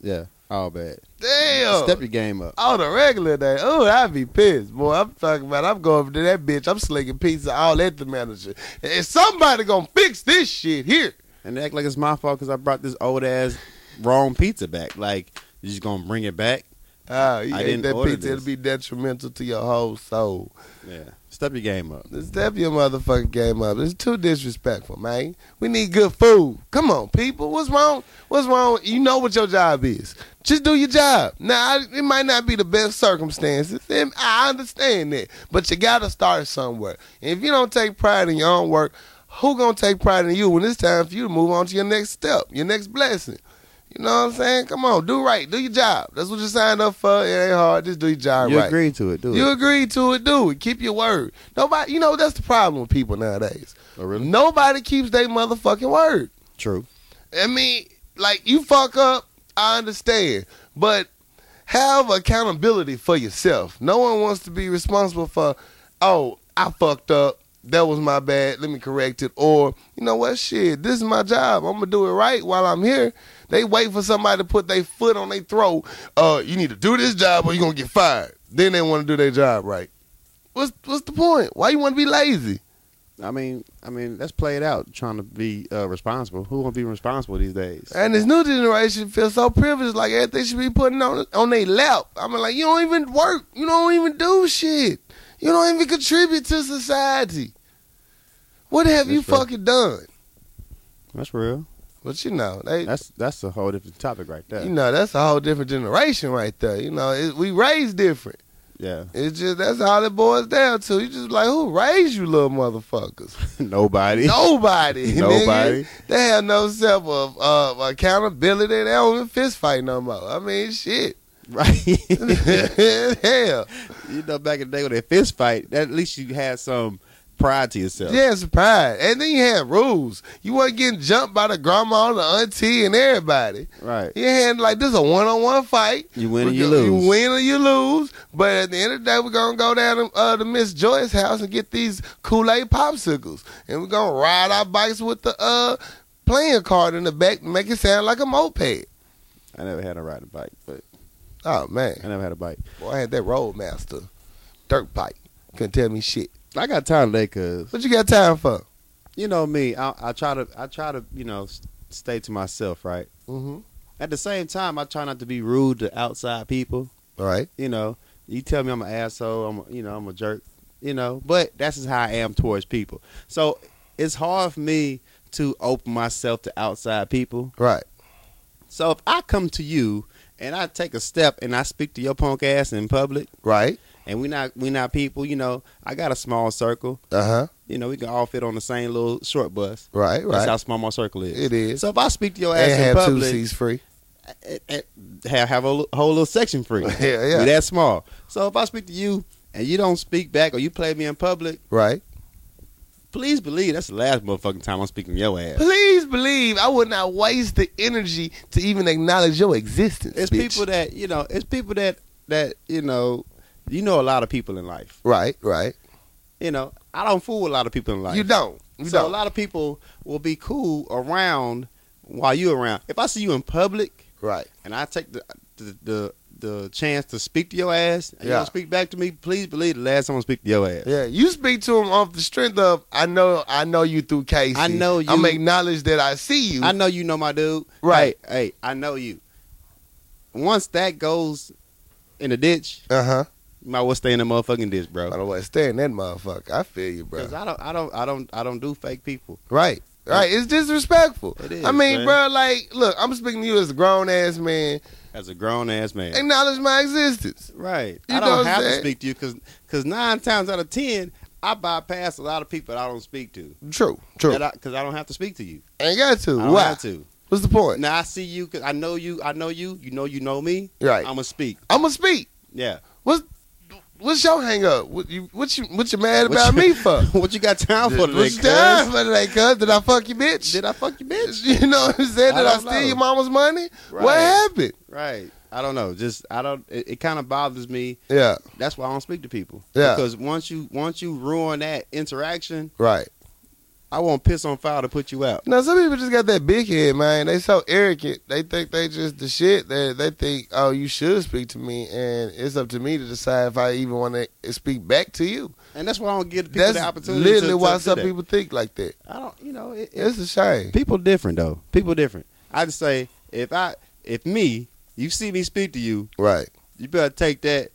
Speaker 1: Yeah, all bad.
Speaker 2: Damn.
Speaker 1: Step your game up.
Speaker 2: on a regular day, oh, I'd be pissed, boy. I'm talking about. I'm going to that bitch. I'm slinging pizza all at the manager. And somebody gonna fix this shit here.
Speaker 1: And they act like it's my fault because I brought this old ass wrong pizza back. Like, you just going to bring it back?
Speaker 2: Oh, you
Speaker 1: I
Speaker 2: ate
Speaker 1: didn't
Speaker 2: that
Speaker 1: order
Speaker 2: pizza,
Speaker 1: this.
Speaker 2: it'll be detrimental to your whole soul.
Speaker 1: Yeah. Step your game up.
Speaker 2: Step your motherfucking game up. It's too disrespectful, man. We need good food. Come on, people. What's wrong? What's wrong? You know what your job is. Just do your job. Now, I- it might not be the best circumstances, and I understand that, but you gotta start somewhere. And if you don't take pride in your own work, who gonna take pride in you when it's time for you to move on to your next step, your next blessing? You know what I'm saying? Come on, do right, do your job. That's what you signed up for. It ain't hard. Just do your job
Speaker 1: you
Speaker 2: right.
Speaker 1: agreed to it, do
Speaker 2: You
Speaker 1: it.
Speaker 2: agreed to it, do it. Keep your word. Nobody, you know, that's the problem with people nowadays.
Speaker 1: Oh, really?
Speaker 2: Nobody keeps their motherfucking word.
Speaker 1: True.
Speaker 2: I mean, like you fuck up, I understand, but have accountability for yourself. No one wants to be responsible for, oh, I fucked up. That was my bad. Let me correct it. Or you know what? Shit, this is my job. I'm gonna do it right while I'm here. They wait for somebody to put their foot on their throat. Uh, you need to do this job or you're gonna get fired. Then they want to do their job right. What's what's the point? Why you want to be lazy?
Speaker 1: I mean, I mean, let's play it out. Trying to be uh, responsible. Who won't be responsible these days?
Speaker 2: And this new generation feels so privileged, like everything should be putting on on their lap. I mean, like you don't even work, you don't even do shit, you don't even contribute to society. What have you
Speaker 1: That's right.
Speaker 2: fucking done?
Speaker 1: That's real.
Speaker 2: But you know, they,
Speaker 1: That's that's a whole different topic right there.
Speaker 2: you know, that's a whole different generation right there. You know, it, we raised different.
Speaker 1: Yeah.
Speaker 2: It's just that's all it boils down to. You just like who raised you, little motherfuckers?
Speaker 1: Nobody.
Speaker 2: Nobody, nigga.
Speaker 1: Nobody.
Speaker 2: They have no self of uh, accountability. They don't even fist fight no more. I mean, shit.
Speaker 1: Right.
Speaker 2: Hell,
Speaker 1: you know, back in the day with that fist fight, at least you had some pride to yourself.
Speaker 2: yeah, it's pride. And then you had rules. You weren't getting jumped by the grandma, the auntie, and everybody.
Speaker 1: Right.
Speaker 2: You had like this is a one on one fight.
Speaker 1: You win or
Speaker 2: We
Speaker 1: you
Speaker 2: go-
Speaker 1: lose.
Speaker 2: You win or you lose. But at the end of the day, we're gonna go down to, uh, to Miss Joy's house and get these Kool Aid popsicles, and we're gonna ride our bikes with the uh, playing card in the back, and make it sound like a moped.
Speaker 1: I never had a riding bike, but
Speaker 2: Oh man,
Speaker 1: I never had a bike.
Speaker 2: boy, I had that Roadmaster dirt bike. Couldn't tell me shit.
Speaker 1: I got tired of that because
Speaker 2: What you got time for?
Speaker 1: you know me. I, I try to I try to you know s- stay to myself, right?
Speaker 2: Mm-hmm.
Speaker 1: At the same time, I try not to be rude to outside people.
Speaker 2: All right.
Speaker 1: You know, you tell me I'm an asshole. I'm a, you know I'm a jerk. You know, but that's just how I am towards people. So it's hard for me to open myself to outside people.
Speaker 2: Right.
Speaker 1: So if I come to you and I take a step and I speak to your punk ass in public,
Speaker 2: Right.
Speaker 1: and we not we not people, you know, I got a small circle.
Speaker 2: Uh huh.
Speaker 1: You know, we can all fit on the same little short bus.
Speaker 2: Right.
Speaker 1: That's how
Speaker 2: Right.
Speaker 1: small my circle is.
Speaker 2: It is.
Speaker 1: So if I speak to your ass
Speaker 2: And
Speaker 1: in
Speaker 2: have two
Speaker 1: public,
Speaker 2: C's free.
Speaker 1: eh, eh, have have a l- whole little section free.
Speaker 2: Yeah, yeah.
Speaker 1: We that small. So if I speak to you and you don't speak back or you play me in public,
Speaker 2: Right.
Speaker 1: please believe that's the last motherfucking time I'm speaking to your ass.
Speaker 2: Please believe I would not waste the energy to even acknowledge your existence.
Speaker 1: It's
Speaker 2: bitch.
Speaker 1: people that you know. It's people that that you know. You know a lot of people in life.
Speaker 2: Right. Right.
Speaker 1: you know, I don't fool with a lot of people in life.
Speaker 2: you don't. You
Speaker 1: so
Speaker 2: don't.
Speaker 1: a lot of people will be cool around while you around. If I see you in public
Speaker 2: right.
Speaker 1: and I take the the the, the chance to speak to your ass and you
Speaker 2: Yeah.
Speaker 1: don't speak back to me, please believe the last time I speak to your ass.
Speaker 2: Yeah. You speak to him off the strength of I know. I know you through Casey.
Speaker 1: I know you-
Speaker 2: I'm acknowledge that I see you.
Speaker 1: I know you know my dude.
Speaker 2: Right.
Speaker 1: Hey, hey, I know you. Once that goes in the ditch,
Speaker 2: Uh huh.
Speaker 1: you might well stay in the motherfucking ditch,
Speaker 2: I
Speaker 1: bro.
Speaker 2: don't want to stand that motherfucker. I feel you, bro.
Speaker 1: Because I don't, I don't, I don't, I don't do fake people.
Speaker 2: Right. Right. It's disrespectful.
Speaker 1: It is,
Speaker 2: I mean,
Speaker 1: man.
Speaker 2: bro, like, look, I'm speaking to you as a grown ass man.
Speaker 1: As a grown ass man,
Speaker 2: Acknowledge my existence.
Speaker 1: Right.
Speaker 2: You
Speaker 1: I
Speaker 2: know
Speaker 1: don't
Speaker 2: what I'm
Speaker 1: have to
Speaker 2: saying?
Speaker 1: speak to you because nine times out of ten, I bypass a lot of people that I don't speak to.
Speaker 2: True. True.
Speaker 1: Because I, 'cause I don't have to speak to you.
Speaker 2: Ain't got to.
Speaker 1: I don't
Speaker 2: Why?
Speaker 1: have to.
Speaker 2: What's the point?
Speaker 1: Now I see you because I know you. I know you. You know you know me.
Speaker 2: Right.
Speaker 1: I'm going to speak.
Speaker 2: I'm gonna speak.
Speaker 1: Yeah.
Speaker 2: What's your hang up? What you what you what you mad
Speaker 1: What
Speaker 2: about
Speaker 1: you-
Speaker 2: me for?
Speaker 1: what you got time for today,
Speaker 2: What's
Speaker 1: cuz?
Speaker 2: time for today, cuz? Did I fuck you, bitch?
Speaker 1: Did I fuck you, bitch?
Speaker 2: You know what I'm saying?
Speaker 1: I
Speaker 2: Did I,
Speaker 1: don't
Speaker 2: steal
Speaker 1: know.
Speaker 2: your mama's money? What
Speaker 1: Right.
Speaker 2: happened?
Speaker 1: Right. I don't know. Just I don't. It, it kind of bothers me.
Speaker 2: Yeah,
Speaker 1: That's why I don't speak to people.
Speaker 2: Yeah.
Speaker 1: Because once you once you ruin that interaction,
Speaker 2: right.
Speaker 1: I won't piss on fire to put you out.
Speaker 2: You know, some people just got that big head, man. They so arrogant. They think they just the shit. They they think, oh, you should speak to me, and it's up to me to decide if I even want to speak back to you.
Speaker 1: And that's why I don't give people
Speaker 2: That's
Speaker 1: the opportunity. to-
Speaker 2: literally
Speaker 1: to,
Speaker 2: why
Speaker 1: do
Speaker 2: some
Speaker 1: that.
Speaker 2: people think like that.
Speaker 1: I don't. You know. It, it,
Speaker 2: It's a shame.
Speaker 1: People different though. People different. I just say if I if me you see me speak to you,
Speaker 2: Right,
Speaker 1: you better take that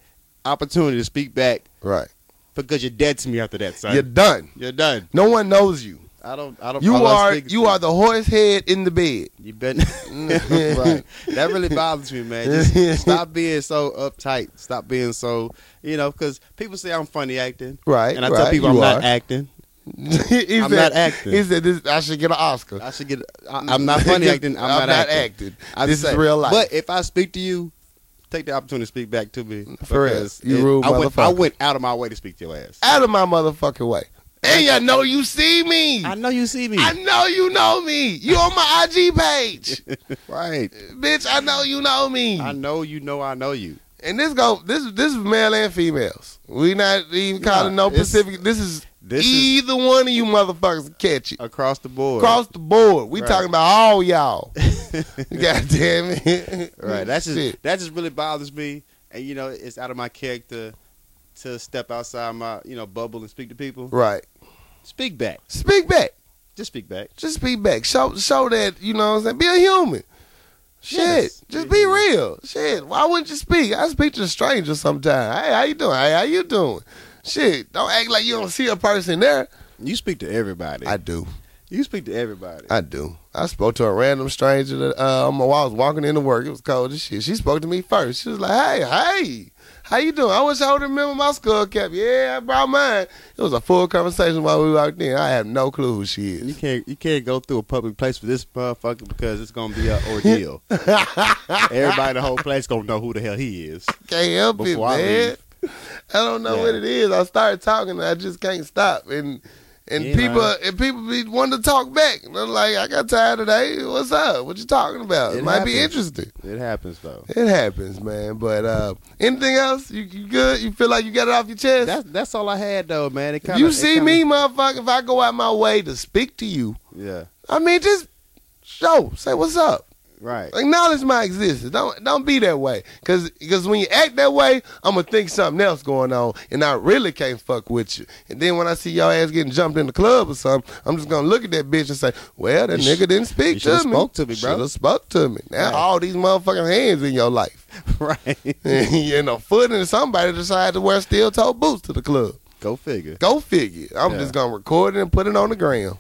Speaker 1: opportunity to speak back
Speaker 2: right.
Speaker 1: because you're dead to me after that, son.
Speaker 2: You're
Speaker 1: You're,
Speaker 2: done.
Speaker 1: done.
Speaker 2: No one knows you.
Speaker 1: I don't. I don't.
Speaker 2: You
Speaker 1: I don't
Speaker 2: are
Speaker 1: speak-
Speaker 2: you are the horse head in the bed.
Speaker 1: You bet.
Speaker 2: Mm,
Speaker 1: right. That really bothers me, man. Just stop being so uptight. Stop being so you know because people say I'm funny acting,
Speaker 2: Right.
Speaker 1: and I
Speaker 2: right,
Speaker 1: tell people
Speaker 2: you
Speaker 1: I'm
Speaker 2: are.
Speaker 1: not acting.
Speaker 2: he said,
Speaker 1: I'm not acting.
Speaker 2: He said, this, I should get an Oscar.
Speaker 1: I should get. I, I'm not funny acting. I'm, not, acting. I'm
Speaker 2: this
Speaker 1: just
Speaker 2: is
Speaker 1: saying.
Speaker 2: real life.
Speaker 1: But if I speak to you, take the opportunity to speak back to me.
Speaker 2: For real.
Speaker 1: because
Speaker 2: You
Speaker 1: it-
Speaker 2: rude
Speaker 1: I went, I
Speaker 2: motherfucker.
Speaker 1: went out of my way to speak to your ass.
Speaker 2: out of my motherfucking way. And you know you see me.
Speaker 1: I
Speaker 2: I,
Speaker 1: know you see me.
Speaker 2: know you know me. You on my IG page.
Speaker 1: right.
Speaker 2: Bitch, I know you know me.
Speaker 1: I know you know I know you.
Speaker 2: And this go this this is male and females. We not even
Speaker 1: Nah,
Speaker 2: calling no
Speaker 1: it's-
Speaker 2: Pacific. This is
Speaker 1: This is
Speaker 2: either one of you motherfuckers can catch it.
Speaker 1: across the board.
Speaker 2: Across the board. We
Speaker 1: Right.
Speaker 2: talking about all y'all. God damn it.
Speaker 1: Right. That's just
Speaker 2: Shit.
Speaker 1: that just really bothers me, and you know it's out of my character to step outside my you know bubble and speak to people.
Speaker 2: Right.
Speaker 1: Speak back.
Speaker 2: Speak back.
Speaker 1: Just speak back.
Speaker 2: Just be back. Show show that, you know what I'm saying? Be a human. Shit.
Speaker 1: Yes.
Speaker 2: Just be real. Shit. Why wouldn't you speak? I speak to a stranger sometimes. Hey, how you doing? Hey, how you doing? Shit. Don't act like you don't see a person there.
Speaker 1: You speak to everybody.
Speaker 2: I do.
Speaker 1: you speak to everybody.
Speaker 2: I do. I spoke to a random stranger that uh, um, while I was walking into work. It was cold as shit. She spoke to me first. She was like, "Hey, hey, how you doing? I wish I would remember my skull cap. Yeah, I brought mine. It was a full conversation while we walked in. I have no clue who she
Speaker 1: you
Speaker 2: is.
Speaker 1: can't you can't go through a public place for this motherfucker because it's gonna be an ordeal. Everybody in the whole place gonna know who the hell he is.
Speaker 2: Can't help it,
Speaker 1: Before I
Speaker 2: man. I, don't know
Speaker 1: Yeah.
Speaker 2: what it is. I started talking. and I just can't stop. And and
Speaker 1: You
Speaker 2: people
Speaker 1: know.
Speaker 2: and people be wanting to talk back. And I'm like, I got tired today. What's up? What you talking about? It,
Speaker 1: It
Speaker 2: might be
Speaker 1: happens.
Speaker 2: interesting.
Speaker 1: It happens though.
Speaker 2: It happens, man. But uh, anything else? You, you good? You feel like you got it off your chest?
Speaker 1: That's that's all I had though, man. It
Speaker 2: If
Speaker 1: kinda,
Speaker 2: you
Speaker 1: it
Speaker 2: see
Speaker 1: kinda-
Speaker 2: me, motherfucker. If I go out my way to speak to you,
Speaker 1: Yeah.
Speaker 2: I mean, just show, say what's up,
Speaker 1: Right.
Speaker 2: acknowledge my existence. Don't don't be that way, cause 'cause when you act that way, I'm gonna think something else going on, and I really can't fuck with you. And then when I see y'all ass getting jumped in the club or something, I'm just gonna look at that bitch and say, well, that
Speaker 1: You sh-
Speaker 2: nigga didn't
Speaker 1: you
Speaker 2: speak to me.
Speaker 1: shoulda spoke to me, bro.
Speaker 2: Shoulda spoke to me. Now
Speaker 1: Right.
Speaker 2: all these motherfucking hands in your life.
Speaker 1: right.
Speaker 2: you know, foot and somebody decided to wear steel toe boots to the club.
Speaker 1: Go figure.
Speaker 2: Go figure. I'm
Speaker 1: Yeah.
Speaker 2: just gonna record it and put it on the gram.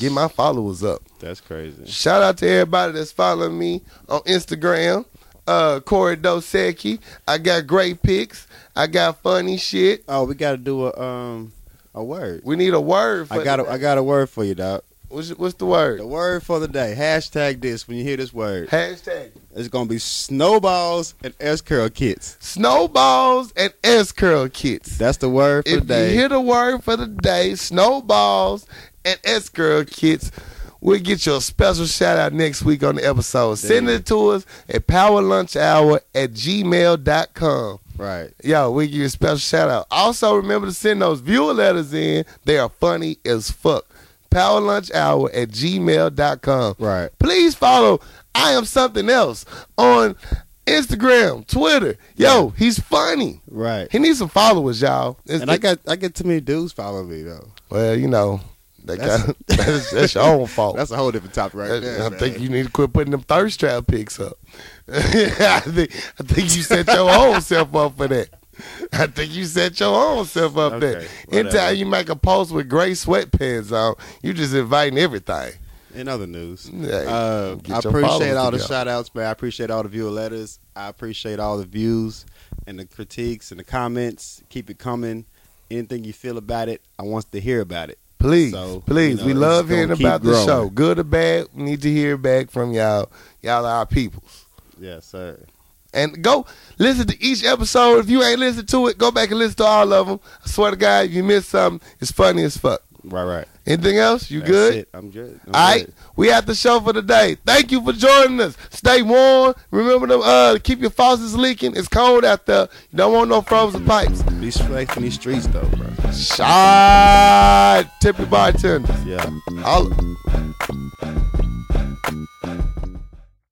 Speaker 2: Get my followers up.
Speaker 1: That's crazy.
Speaker 2: Shout out to everybody that's following me on Instagram. Uh Corey Dosecki. I got great pics. I got funny shit.
Speaker 1: Oh, we gotta do a um a word.
Speaker 2: We need a word for
Speaker 1: I got a, I got a word for you, dog.
Speaker 2: what's, what's the
Speaker 1: The
Speaker 2: word?
Speaker 1: word for the day. Hashtag this when you hear this word.
Speaker 2: Hashtag
Speaker 1: It's gonna be snowballs and S curl kits.
Speaker 2: snowballs and S curl kits.
Speaker 1: That's the word for the
Speaker 2: If you
Speaker 1: day.
Speaker 2: hear the word for the day, snowballs and S girl kits, we'll get you a special shout out next week on the episode. Send
Speaker 1: Damn.
Speaker 2: it to us at powerlunchhour at gmail.com.
Speaker 1: right.
Speaker 2: Yo, we give you a special shout out. Also, remember to send those viewer letters in. They are funny as fuck. Powerlunchhour at gmail.com.
Speaker 1: Right.
Speaker 2: Please follow I Am Something Else on Instagram, Twitter. Yo, he's funny.
Speaker 1: Right.
Speaker 2: He needs some followers, y'all. It's-
Speaker 1: And I got I get too many dudes following me though.
Speaker 2: well, you know, that
Speaker 1: That's-
Speaker 2: kind of, that's, that's your own fault.
Speaker 1: That's a whole different topic right there.
Speaker 2: I
Speaker 1: man.
Speaker 2: think you need to quit putting them thirst trap picks up. I think I think you set your own self up for that. I think you set your own self up
Speaker 1: Okay,
Speaker 2: there.
Speaker 1: whatever.
Speaker 2: Anytime you make a post with gray sweatpants on, you just inviting everything.
Speaker 1: In other news,
Speaker 2: Hey, get
Speaker 1: uh, I
Speaker 2: your followers
Speaker 1: appreciate all the
Speaker 2: together.
Speaker 1: shout outs, man. I appreciate all the viewer letters. I appreciate all the views and the critiques and the comments. Keep it coming. Anything you feel about it, I want to hear about it.
Speaker 2: Please,
Speaker 1: So,
Speaker 2: please,
Speaker 1: you know,
Speaker 2: we
Speaker 1: it's
Speaker 2: love
Speaker 1: gonna
Speaker 2: hearing
Speaker 1: keep
Speaker 2: about the
Speaker 1: growing.
Speaker 2: show, good or bad. We need to hear back from y'all. Y'all are our peoples.
Speaker 1: Yes, sir.
Speaker 2: And go listen to each episode. If you ain't listened to it, go back and listen to all of them. I swear to God, if you miss something, it's funny as fuck.
Speaker 1: Right, right.
Speaker 2: Anything else? You
Speaker 1: That's
Speaker 2: good?
Speaker 1: it. I'm good. I'm
Speaker 2: All right,
Speaker 1: good.
Speaker 2: we at the show for today. Thank you for joining us. Stay warm. Remember to uh, keep your faucets leaking. It's cold out there. You don't want no frozen pipes.
Speaker 1: Be safe in these streets, though, bro.
Speaker 2: Shot. Tip your bartenders.
Speaker 1: Yeah.
Speaker 2: All-